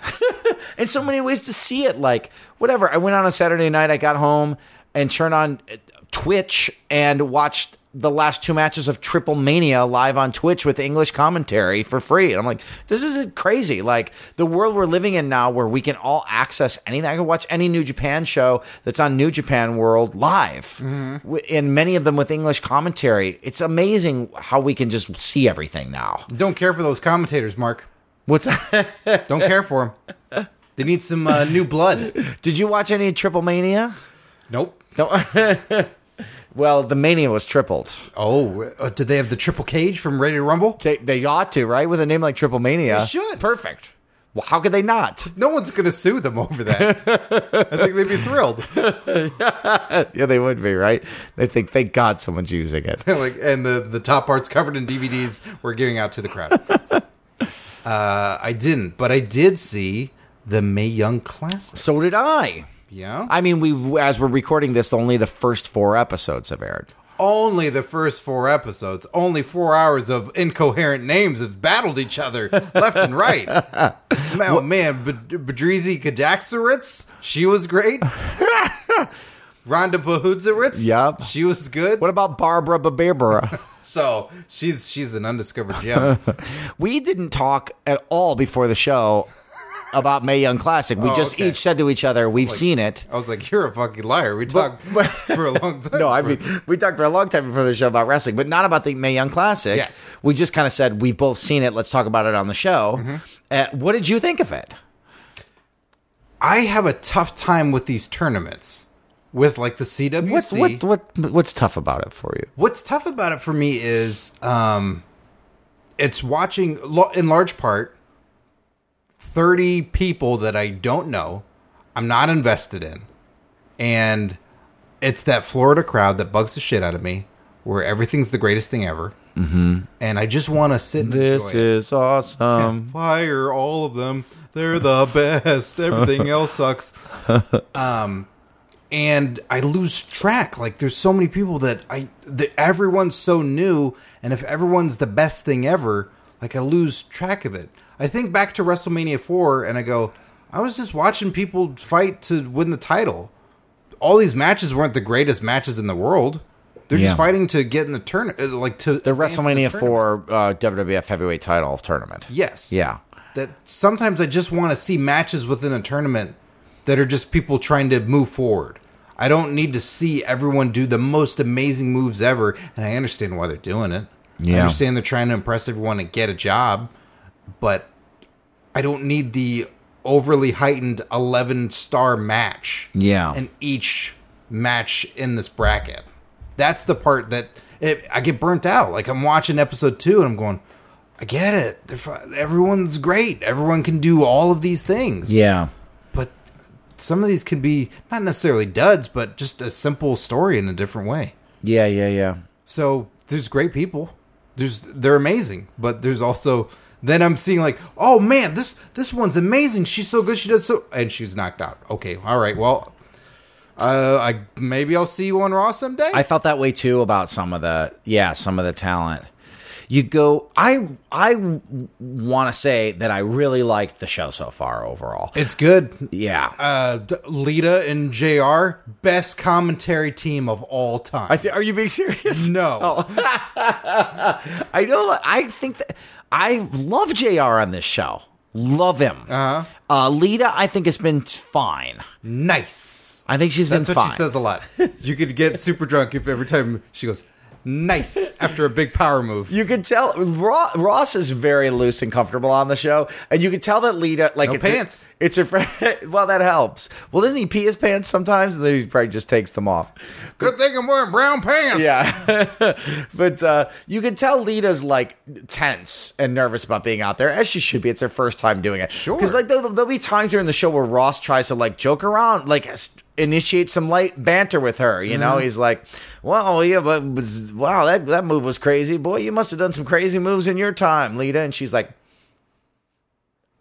and so many ways to see it. Like whatever, I went on a Saturday night. I got home and turned on uh, Twitch and watched the last two matches of Triple Mania live on Twitch with English commentary for free. And I'm like, this is crazy. Like the world we're living in now, where we can all access anything. I can watch any New Japan show that's on New Japan World live, W- and many of them with English commentary. It's amazing how we can just see everything now. don't care for those commentators, Mark. What's <laughs> that? Don't care for them. They need some uh, new blood. Did you watch any Triple Mania? Nope. No. <laughs> well, the mania was tripled. Oh, uh, did they have the triple cage from Ready to Rumble? They, they ought to, right? With a name like Triple Mania, They should. Perfect. Well, how could they not? No one's going to sue them over that. I think they'd be thrilled. <laughs> <laughs> yeah, they would be, right? They think, thank God, someone's using it. <laughs> like and the the top parts covered in DVDs we're giving out to the crowd. uh, I didn't, but I did see the May Young Classic. So did I. Yeah, I mean, we've as we're recording this, only the first four episodes have aired. only the first four episodes, only four hours of incoherent names have battled each <laughs> other left and right. Man, oh, man, B- Badrizi Kadaxaritz, she was <laughs> great. Rhonda Bahudzaritz, Yep. she was good. What about Barbara Barbera? So she's she's an undiscovered <laughs> gem. we didn't talk at all before the show about May Young Classic. We Oh, just okay. each said to each other, "We've seen it." I was like, you're a fucking liar. We talked <laughs> for a long time. <laughs> No, I for- mean we talked for a long time before the show about wrestling, but not about the Mae Young Classic. Yes. we just kind of said we've both seen it. Let's talk about it on the show. Uh, what did you think of it? I have a tough time with these tournaments, with like the CWC. What, what what what's tough about it for you? What's tough about it for me is, um, it's watching lo- in large part thirty people that I don't know, I'm not invested in, and it's that Florida crowd that bugs the shit out of me, where everything's the greatest thing ever, mm-hmm. and I just want to sit. And enjoy it. is <laughs> awesome. Mm-hmm. fire all of them. They're the <laughs> best. Everything else sucks. Um, and I lose track. Like there's so many people that I that everyone's so new, and if everyone's the best thing ever, like I lose track of it. I think back to WrestleMania four, and I go, I was just watching people fight to win the title. All these matches weren't the greatest matches in the world. They're Yeah. just fighting to get in the turn, uh, like to The advance in the WrestleMania tournament. Four uh, WWF Heavyweight Title Tournament. Yes. Yeah. That sometimes I just want to see matches within a tournament that are just people trying to move forward. I don't need to see everyone do the most amazing moves ever, and I understand why they're doing it. I Yeah. understand they're trying to impress everyone and get a job, but I don't need the overly heightened 11 star match Yeah. in each match in this bracket. That's the part that it, I get burnt out. Like I'm watching episode two and I'm going, I get it. They're fi- everyone's great. Everyone can do all of these things. Yeah. But some of these can be not necessarily duds, but just a simple story in a different way. Yeah. Yeah. Yeah. So there's great people. There's they're amazing, but there's also then I'm seeing like, oh man, this this one's amazing. She's so good. She does so, and she's knocked out. Okay, all right. Well, uh, I maybe I'll see you on Raw someday. I felt that way too about some of the yeah, some of the talent. You go I I want to say that I really liked the show so far overall. it's good. Yeah. Uh, D- Lita and Jr. best commentary team of all time. I th- are you being serious? no, I know I think that I love JR on this show. Love him. Uh-huh. Uh, Lita, I think, has been fine. Nice. I think she's That's been what fine. she says a lot. You could get super drunk if every time she goes nice after a big power move. You could tell Ross, Ross is very loose and comfortable on the show, and you could tell that Lita like No it's her- pants. it's her friend. <laughs> Well, that helps. Well, doesn't he pee his pants sometimes? And then he probably just takes them off. Good thing I'm wearing brown pants. Yeah, <laughs> but uh, you can tell Lita's like tense and nervous about being out there, as she should be. It's her first time doing it. Sure. because like there'll, there'll be times during the show where Ross tries to like joke around, like s- initiate some light banter with her. You know, he's like, "Well, yeah, but was- wow, that that move was crazy, boy. You must have done some crazy moves in your time, Lita." And she's like.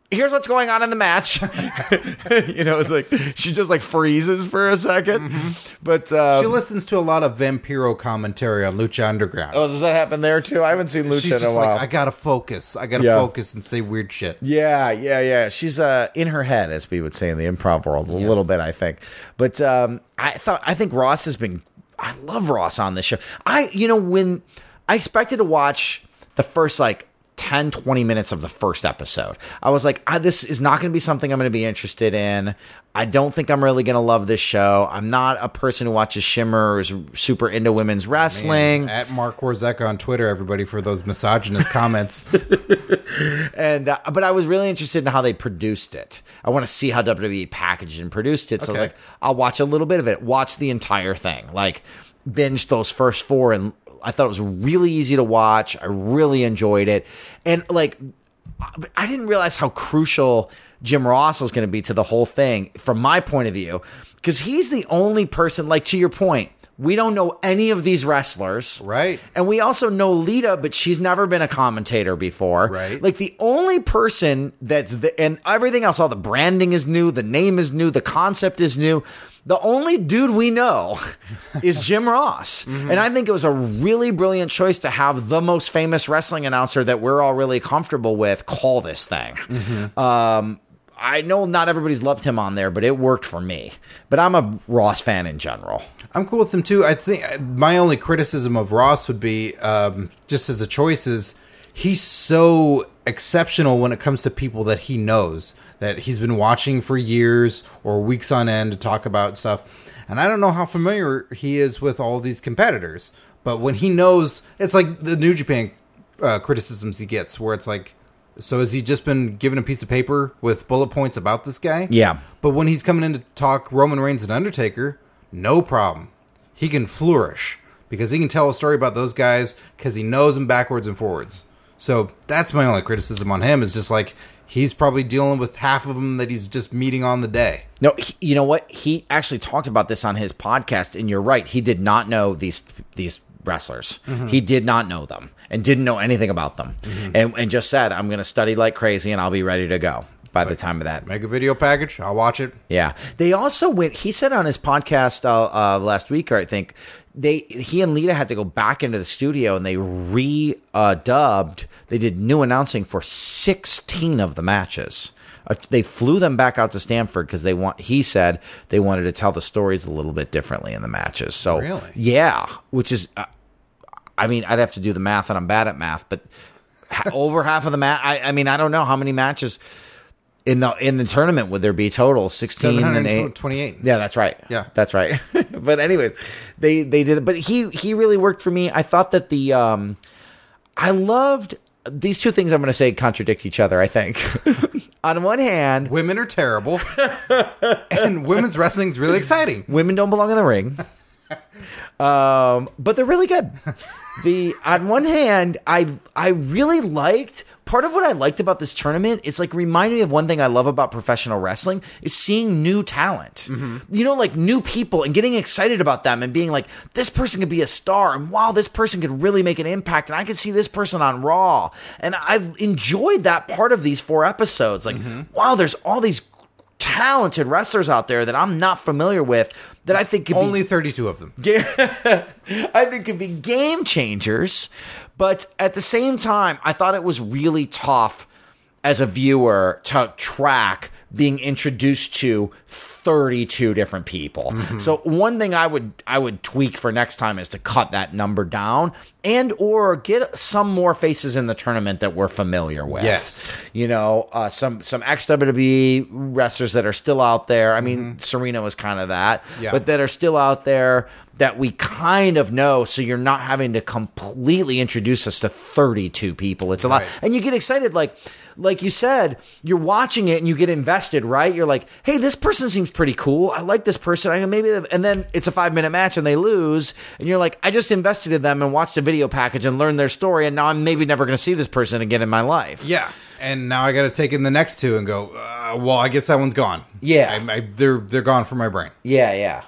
Here's what's going on in the match. <laughs> you know, it's like she just like freezes for a 2nd But um, She listens to a lot of Vampiro commentary on Lucha Underground. Oh, does that happen there too? I haven't seen Lucha She's in a just while. like, I gotta focus. I gotta Yeah. focus and say weird shit. yeah, yeah, yeah. She's uh, in her head, as we would say in the improv world, a little bit, I think. But um, I thought I think Ross has been. I love Ross on this show. I, you know, when I expected to watch the first like 10, 20 minutes of the first episode, I was like, I, this is not going to be something I'm going to be interested in. I don't think I'm really going to love this show. I'm not a person who watches Shimmer or is super into women's wrestling. At Mark Warzeka on Twitter, everybody, for those misogynist comments. and uh, but I was really interested in how they produced it. I want to see how WWE packaged and produced it. So I Okay. was like, I'll watch a little bit of it, watch the entire thing, like binge those first four, and I thought it was really easy to watch. I really enjoyed it, and like but I didn't realize how crucial Jim Ross was going to be to the whole thing from my point of view, because he's the only person, like to your point, we don't know any of these wrestlers. Right. And we also know Lita, but she's never been a commentator before. Right. Like the only person that's, the, and everything else, all the branding is new, the name is new, the concept is new. The only dude we know <laughs> is Jim Ross. And I think it was a really brilliant choice to have the most famous wrestling announcer that we're all really comfortable with call this thing. Um, I know not everybody's loved him on there, but it worked for me. But I'm a Ross fan in general. I'm cool with them too. I think uh, my only criticism of Ross would be um, just as a choice is he's so exceptional when it comes to people that he knows that he's been watching for years or weeks on end to talk about stuff. And I don't know how familiar he is with all these competitors, but when he knows, it's like the New Japan uh, criticisms he gets, where it's like, so has he just been given a piece of paper with bullet points about this guy? Yeah. But when he's coming in to talk Roman Reigns and Undertaker, no problem. He can flourish because he can tell a story about those guys because he knows them backwards and forwards. So that's my only criticism on him is just like he's probably dealing with half of them that he's just meeting on the day. No, he, you know what? He actually talked about this on his podcast, and you're right. He did not know these these wrestlers. He did not know them and didn't know anything about them, and and just said, "I'm going to study like crazy, and I'll be ready to go by the time of that." Make a video package. I'll watch it. Yeah, they also went. He said on his podcast uh, uh, last week, or I think they he and Lita had to go back into the studio and they re uh, dubbed. They did new announcing for sixteen of the matches. Uh, they flew them back out to Stanford because they want. He said they wanted to tell the stories a little bit differently in the matches. So Really? yeah, which is. Uh, I mean, I'd have to do the math, and I'm bad at math, but ha- <laughs> over half of the match. I, I mean, I don't know how many matches in the in the tournament would there be total sixteen and eight. 728. Yeah, that's right. Yeah. that's right. <laughs> but anyways, they they did it. But he he really worked for me. I thought that the um, I loved these two things. I'm going to say contradict each other. I think. <laughs> On one hand, Women are terrible. and women's wrestling's really exciting. women don't belong in the ring. Um, but they're really good. The on one hand, I I really liked part of what I liked about this tournament. It's like reminded me of one thing I love about professional wrestling is seeing new talent. You know, like new people and getting excited about them and being like, this person could be a star, and wow, this person could really make an impact, and I could see this person on Raw. And I enjoyed that part of these four episodes. Like, wow, there's all these talented wrestlers out there that I'm not familiar with that I think could be Only 32 of them. I think could be game changers. But at the same time, I thought it was really tough as a viewer to track being introduced to 32 different people. Mm-hmm. So one thing I would I would tweak for next time is to cut that number down and or get some more faces in the tournament that we're familiar with. Yes. You know, uh, some some XWWE E wrestlers that are still out there. I mean, Serena was kind of that, Mm-hmm. Yeah. but that are still out there that we kind of know. So you're not having to completely introduce us to 32 people. It's a lot, Right. and you get excited, like like you said, you're watching it and you get invested, right? You're like, hey, this person seems pretty cool. I like this person. I maybe, and then it's a five minute match and they lose, and you're like, I just invested in them and watched a video package and learned their story, and now I'm maybe never going to see this person again in my life. Yeah, and now I got to take in the next two and go. Uh, well, I guess that one's gone. Yeah. I, I, they're they're gone from my brain. Yeah, yeah.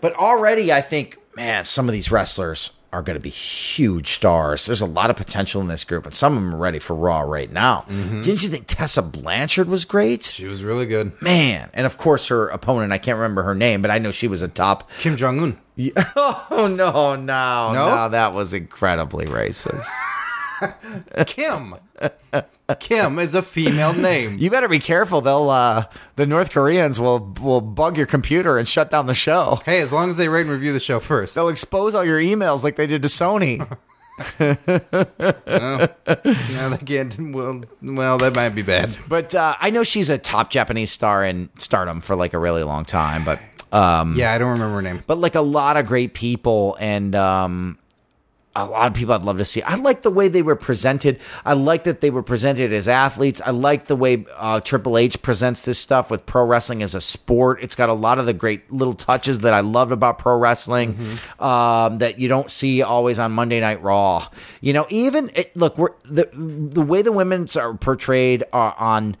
But already, I think, man, some of these wrestlers are going to be huge stars. There's a lot of potential in this group, and some of them are ready for Raw right now. Didn't you think Tessa Blanchard was great? She was really good. Man, and of course her opponent, I can't remember her name, but I know she was a top. Kim Jong Un. <laughs> Oh no, no, no, no, that was incredibly racist. Kim. Kim is a female <laughs> name. you better be careful. They'll uh, the North Koreans will will bug your computer and shut down the show. Hey, as long as they rate and review the show first. They'll expose all your emails like they did to Sony. No, they can't. Well, well, that might be bad. But uh, I know she's a top Japanese star in stardom for like a really long time. But um, Yeah, I don't remember her name. but like a lot of great people and um, a lot of people I'd love to see. I like the way they were presented. I like that they were presented as athletes. I like the way uh, Triple H presents this stuff with pro wrestling as a sport. It's got a lot of the great little touches that I loved about pro wrestling um, that you don't see always on Monday Night Raw. You know, even it, look, we're, the the way the women's are portrayed are on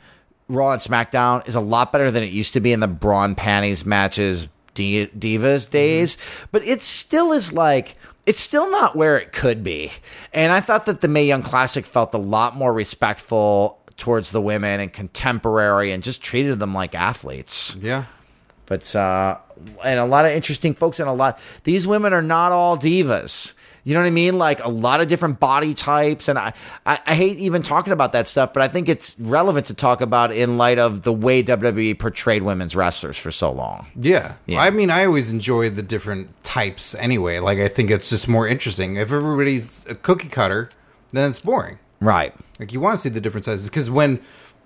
Raw and SmackDown is a lot better than it used to be in the brawn panties matches di- divas days, but it still is like it's still not where it could be. And I thought that the May Young Classic felt a lot more respectful towards the women and contemporary and just treated them like athletes. Yeah, But uh and a lot of interesting folks and a lot these women are not all divas. You know what I mean? Like a lot of different body types, and I, I, I hate even talking about that stuff, but I think it's relevant to talk about in light of the way WWE portrayed women's wrestlers for so long. yeah. Yeah. I mean, I always enjoy the different types anyway. Like, I think it's just more interesting. If everybody's a cookie cutter, then it's boring. Right. Like you want to see the different sizes because when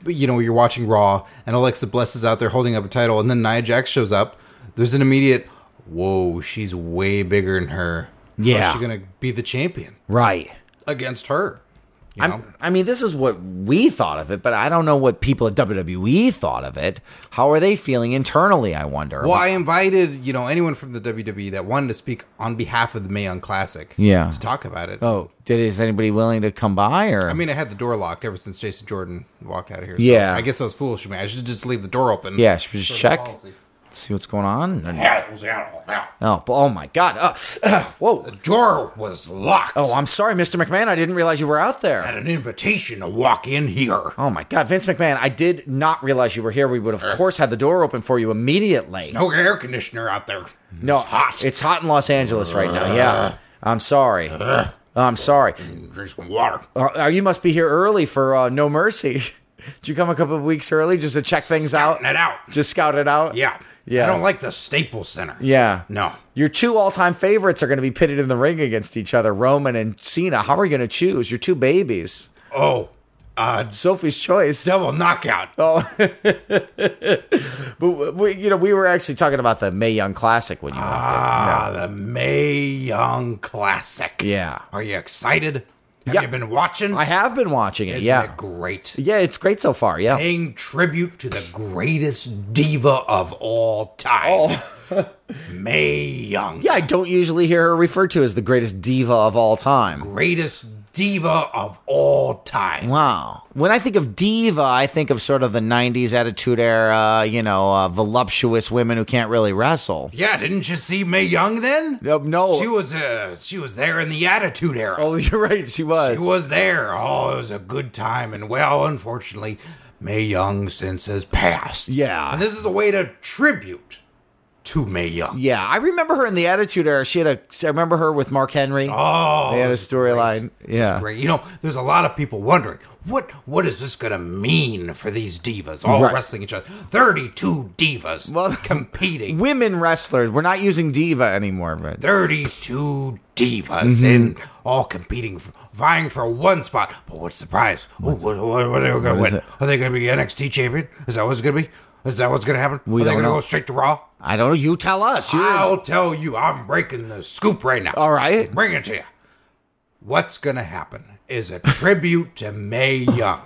you know you're watching Raw and Alexa Bliss is out there holding up a title, and then Nia Jax shows up, there's an immediate whoa, she's way bigger than her. Yeah. she's gonna be the champion Right. against her. You know? I'm, I mean, this is what we thought of it, but I don't know what people at WWE thought of it. How are they feeling internally? I wonder. Well, I invited you know anyone from the WWE that wanted to speak on behalf of the Mayon Classic, Yeah. to talk about it. Oh, did is anybody willing to come by? Or I mean, I had the door locked ever since Jason Jordan walked out of here. so Yeah. I guess I was foolish of me. I should just leave the door open. yeah, should we just Sort of check, policy. see what's going on. And- Yeah, Oh, but- oh my God! Uh, uh, <clears throat> whoa! the door was locked. Oh, I'm sorry, Mr. McMahon. I didn't realize you were out there. an invitation to walk in here. Oh my God, Vince McMahon! I did not realize you were here. We would, of course, had the door open for you immediately. No air conditioner out there. No, it's hot. It's hot in Los Angeles right now. Yeah, I'm sorry. I'm sorry. Drink some water. Uh, you must be here early for uh, No Mercy. <laughs> Did you come a couple of weeks early just to check things out? Scouting it out. Just scout it out. Yeah. Yeah. I don't like the Staples Center. Yeah. No. Your two all-time favorites are going to be pitted in the ring against each other, Roman and Cena. How are you going to choose your two babies? Oh, uh, Sophie's choice. double knockout. Oh, But we, you know, we were actually talking about the May Young Classic when you Ah, the May Young Classic. Yeah. Are you excited? Have Yeah. you been watching? I have been watching it. Isn't yeah, it great? yeah, it's great so far. Yeah, Paying tribute to the greatest diva of all time, Oh. <laughs> May Young. yeah. I don't usually hear her referred to as the greatest diva of all time. Greatest diva of all time. Wow. When I think of diva, I think of sort of the '90s Attitude Era. You know, uh, voluptuous women who can't really wrestle. Yeah, didn't you see Mae Young then? No, no. She was uh, she was there in the Attitude Era. Oh, <laughs> you're right. She was. she was there. Oh, it was a good time. And well, unfortunately, Mae Young since has passed. Yeah. and this is a way to tribute to May Young. Yeah, I remember her in the Attitude Era. She had a. I remember her with Mark Henry. Oh, they had a it's storyline. Yeah, great. You know, there's a lot of people wondering what what is this going to mean for these divas all Right. wrestling each other. Thirty-two divas Well, <laughs> competing. women wrestlers. We're not using diva anymore, but 32 Mm-hmm. divas and all competing, for, vying for one spot. But what's the prize? Ooh, what, what, what are they going to win? Are they going to be NXT champion? Is that what's going to be? Is that what's going to happen? are they don't going to know. go straight to Raw? I don't know. You tell us. You- I'll tell you, I'm breaking the scoop right now. All right. Bring it to you. What's going to happen is a tribute to Mae Young.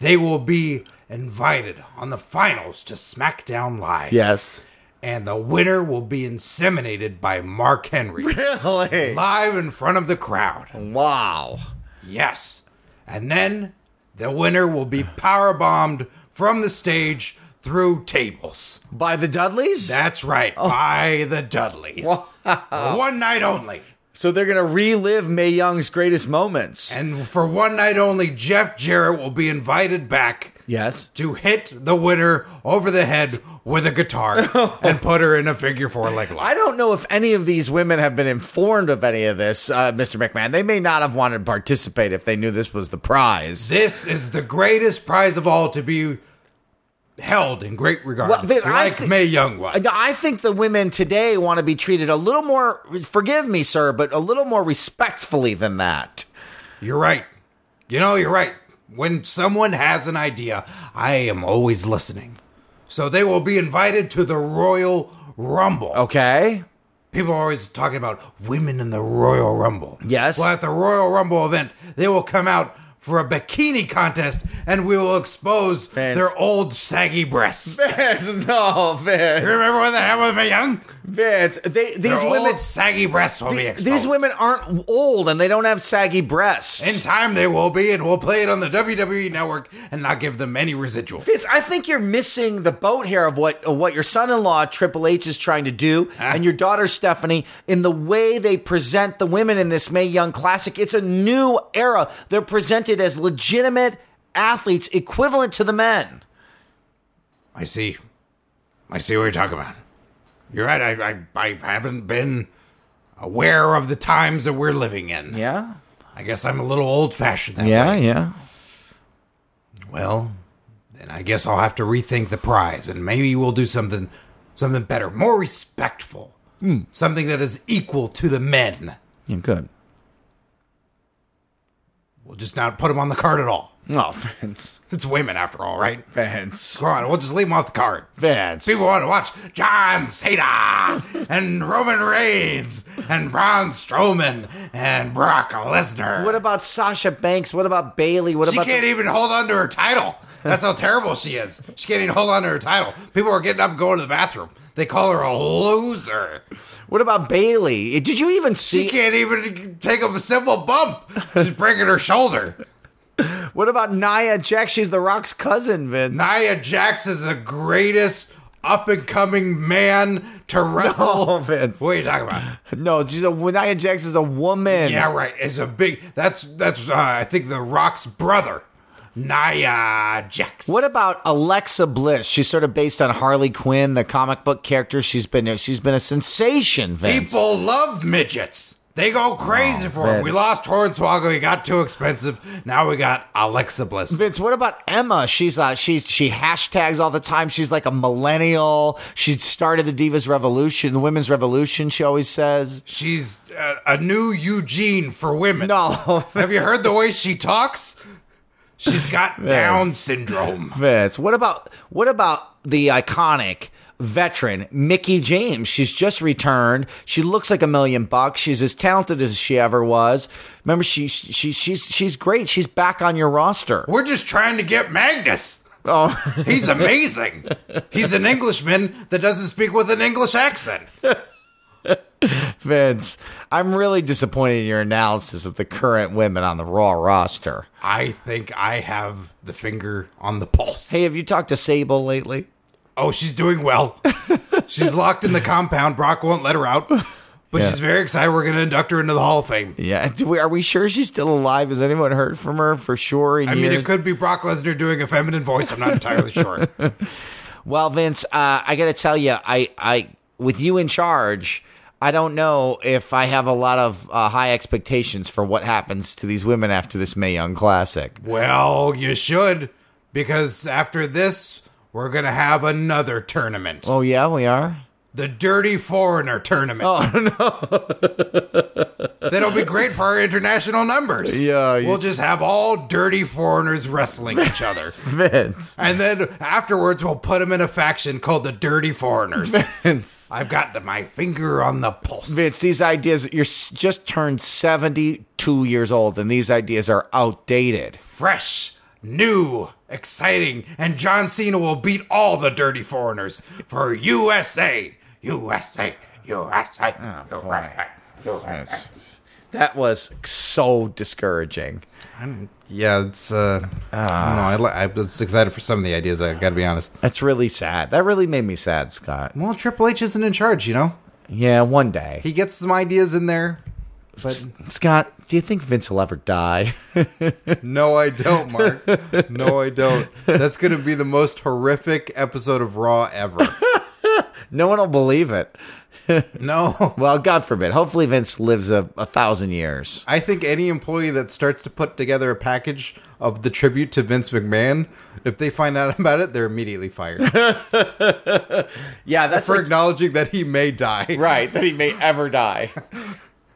They will be invited on the finals to SmackDown Live. yes. And the winner will be inseminated by Mark Henry <laughs> Really? live in front of the crowd. <laughs> Wow. Yes. And then the winner will be power bombed from the stage through tables. By the Dudleys. That's right, Oh. by the Dudleys. One night only. So they're gonna relive May Young's greatest moments. And for one night only, Jeff Jarrett will be invited back yes. to hit the winner over the head with a <laughs> guitar and put her in a figure four leg lock. Oh. I don't know if any of these women have been informed of any of this, uh, Mr. McMahon. They may not have wanted to participate if they knew this was the prize. This is the greatest prize of all to be held in great regard, Well, Vin, I like thi- Mae Young was. I- I think the women today want to be treated a little more, forgive me, sir, but a little more respectfully than that. You're right. You know, you're right. When someone has an idea, I am always listening. So they will be invited to the Royal Rumble. Oh. <laughs> Okay? People are always talking about women in the Royal Rumble. Yes. Well, at the Royal Rumble event, they will come out for a bikini contest and we will expose Fans. their old saggy <laughs> breasts. Vince, no, Vince. Remember what the hell with me, young? Vince, They, these Their women. old saggy breasts will be exposed. These women aren't old and they don't have saggy In breasts. time, they will be, and we'll play it on the WWE network and not give them any residual. Vince, I think you're missing the boat here of what of what your son-in-law Triple H is trying to do, Ah. and your daughter Stephanie in the way they present the women in this May Young Classic. It's a new era. They're presented as legitimate athletes, equivalent to the men. I see. I see what you're talking about. You're right. I, I, I haven't been aware of the times that we're living in. Yeah, I guess I'm a little old fashioned that way. yeah. Well, then I guess I'll have to rethink the prize and maybe we'll do something something better, more respectful. Hmm. Something that is equal to the men. yeah good. We'll just not put them on the card at all. No, Vince, It's women after all, right? Vince, Come on, we'll just leave them off the card. <laughs> Vince. People want to watch John Cena and Roman Reigns and Braun Strowman and Brock Lesnar. What about Sasha Banks? What about Bailey? What she about the- can't even hold on to her title. That's how terrible she is. She can't even hold on to her title. People are getting up and going to the bathroom. They call her a loser. what about Bailey? Did you even see? She can't even take a simple bump. She's breaking her shoulder. What about Nia Jax? She's The Rock's cousin, Vince. <laughs> Nia Jax is the greatest up and coming man to wrestle. No, Oh, Vince. What are you talking about? No, she's a Nia Jax is a woman. Yeah, right. It's a big. That's that's. Uh, I think the Rock's brother, Nia Jax. What about Alexa Bliss? She's sort of based on Harley Quinn, the comic book character. She's been she's been a sensation, Vince. People love midgets. They go crazy for them. We Vince. lost Hornswoggle. He got too expensive. Now we got Alexa Bliss. Vince, what about Emma? She's uh, she's she hashtags all the time. She's like a millennial. She started the Divas Revolution, the Women's Revolution. She always says. She's a, a new Eugene for women. No, <laughs> Have you heard the way she talks? She's <laughs> got Down syndrome. Vince. What about what about the iconic veteran Mickey James? She's just returned. She looks like a million bucks. She's as talented as she ever was. Remember, she she she's she's great. She's back on your roster. <laughs> We're just trying to get Magnus. Oh, He's <laughs> amazing. He's an Englishman that doesn't speak with an English accent. Vince, I'm really disappointed in your analysis of the current women on the Raw roster. I think I have the finger on the pulse. Hey, have you talked to Sable lately? Oh, she's doing <laughs> well. she's locked in the compound. Brock won't let her out. But Yeah. she's very excited. We're going to induct her into the Hall of Fame. Yeah. Do we, are we sure she's still alive? Has anyone heard from her for sure? In I mean, years? it could be Brock Lesnar doing a <laughs> feminine voice. I'm not entirely sure. Well, Vince, uh, I got to tell you, I, I, with you in charge, I don't know if I have a lot of uh, high expectations for what happens to these women after this May Young Classic. Well, you should, because after this, we're going to have another tournament Oh yeah, we are. the Dirty Foreigner Tournament. Oh, no. That'll be great for our international numbers. Yeah, you- We'll just have all dirty foreigners wrestling each other. Vince. And then afterwards, we'll put them in a faction called the Dirty Foreigners. Vince. I've got my finger on the pulse. Vince, these ideas, you're s- just turned 72 years old, and these ideas are outdated. Fresh, new, exciting, and John Cena will beat all the Dirty Foreigners for USA, USA, USA, USA. USA. That was so discouraging. Yeah, it's uh, I, don't know, I, li- I was excited for some of the ideas. I got to be honest. That's really sad. That really made me sad, Scott. Well, Triple H isn't in charge, you know. Yeah, one day. He gets some ideas in there, but Scott, do you think Vince will ever die? <laughs> No, I don't, Mark. No, I don't. That's going to be the most horrific episode of Raw ever. no one will believe it. No. Well, God forbid. Hopefully, Vince lives a, a thousand years. I think any employee that starts to put together a package of the tribute to Vince McMahon, if they find out about it, they're immediately fired Yeah, that's for acknowledging that he may <laughs> die. right. That he may ever die.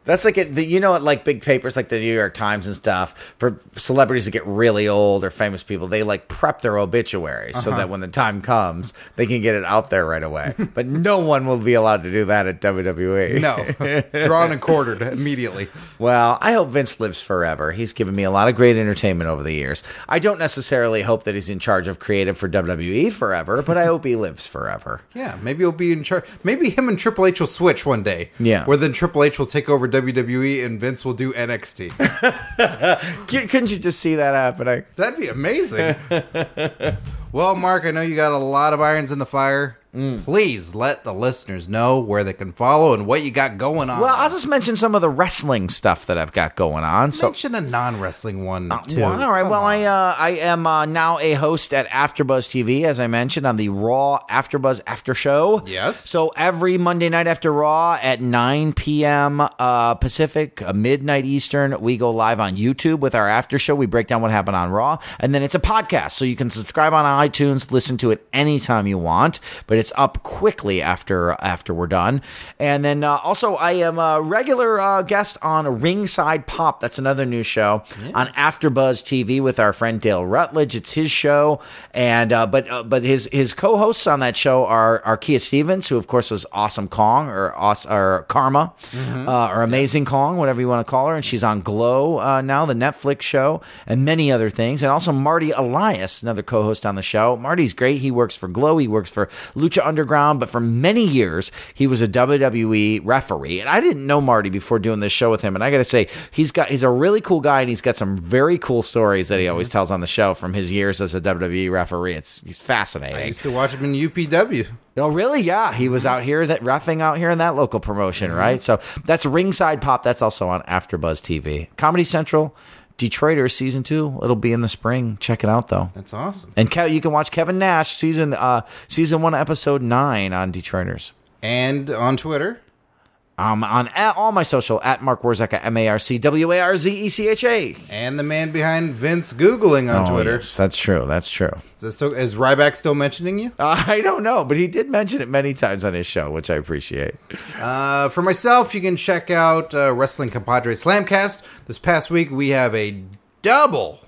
That's like it, the, you know, at like big papers like the New York Times and stuff for celebrities that get really old or famous people. They like prep their obituaries so that when the time comes, they can get it out there right away. but no one will be allowed to do that at WWE. No, drawn and quartered immediately. Well, I hope Vince lives forever. He's given me a lot of great entertainment over the years. I don't necessarily hope that he's in charge of creative for WWE forever, but I hope he lives forever. Yeah, maybe he'll be in charge. Maybe him and Triple H will switch one day. Yeah. Where then Triple H will take over WWE and Vince will do NXT. C- Couldn't you just see that happening? That'd be amazing. <laughs> well, Mark, I know you got a lot of irons in the fire. Please let the listeners know where they can follow and what you got going on. Well, I'll just mention some of the wrestling stuff that I've got going on. So mention a non-wrestling one too. Well, all right. Come well, on. I uh, I am uh, now a host at AfterBuzz TV, as I mentioned on the Raw AfterBuzz After Show. Yes. So every Monday night after Raw at 9 p.m. Uh, Pacific, uh, midnight Eastern, we go live on YouTube with our after show. We break down what happened on Raw, and then it's a podcast, so you can subscribe on iTunes, listen to it anytime you want. But it's up quickly after after we're done. And then uh, also, I am a regular uh, guest on Ringside Pop. That's another new show on AfterBuzz TV with our friend Dale Rutledge. It's his show, and uh, but uh, but his his co-hosts on that show are are Kia Stevens, who of course was Awesome Kong or Aws- or Karma uh, or Amazing Kong, whatever you want to call her, and she's on Glow uh, now, the Netflix show, and many other things, and also Marty Elias, another co-host on the show. Marty's great. He works for Glow. He works for Lucha Underground, but for many years he was a WWE referee, and I didn't know Marty before doing this show with him. And I got to say, he's got he's a really cool guy, and he's got some very cool stories that he always tells on the show from his years as a WWE referee. It's he's fascinating. I used to watch him in UPW. Oh, really? Yeah, he was out here that roughing out here in that local promotion, right? So that's Ringside Pop. That's also on AfterBuzz TV, Comedy Central, Detroiters season two. It'll be in the spring. Check it out though. That's awesome. And Ke- you can watch Kevin Nash season uh season one episode nine on Detroiters. And on Twitter, Um, on a- all my social at Mark Warzeka M A R C W A R Z E C H A. and the man behind Vince googling on Oh, Twitter. that's true. That's true. Is, this still, is Ryback still mentioning you? Uh, <laughs> I don't know, but he did mention it many times on his show, which I appreciate. Uh, for myself, you can check out uh, Wrestling Compadre Slamcast. This past week, we have a double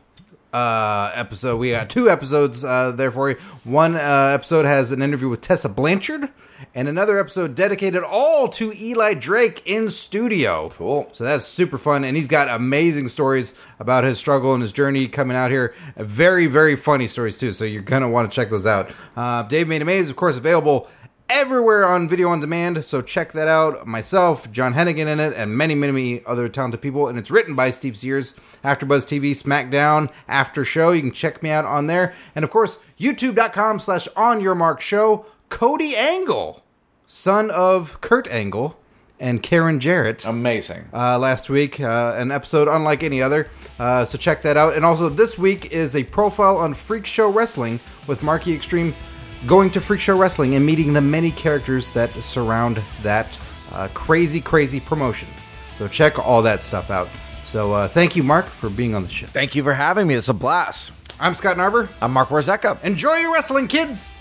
uh, episode. We got two episodes uh, there for you. One uh, episode has an interview with Tessa Blanchard, and another episode dedicated all to Eli Drake in studio. Cool. So that's super fun, and he's got amazing stories about his struggle and his journey coming out here. Very, very funny stories, too, so you're going to want to check those out. Uh, Dave Made Amaze is, of course, available everywhere on video on demand. So check that out. Myself, John Hennigan in it, and many, many, many other talented people. And it's written by Steve Sears, AfterBuzz TV, SmackDown, After Show. You can check me out on there. And of course, youtube.com slash on your mark show. Cody Angle, son of Kurt Angle and Karen Jarrett Amazing. uh, last week, uh, an episode unlike any other. Uh, so check that out. And also, this week is a profile on Freak Show Wrestling with Marky Extreme going to Freak Show Wrestling and meeting the many characters that surround that uh, crazy, crazy promotion. So check all that stuff out. So uh, thank you, Mark, for being on the show. Thank you for having me. It's a blast. I'm Scott Narver. I'm Mark Warzeka. Enjoy your wrestling, kids!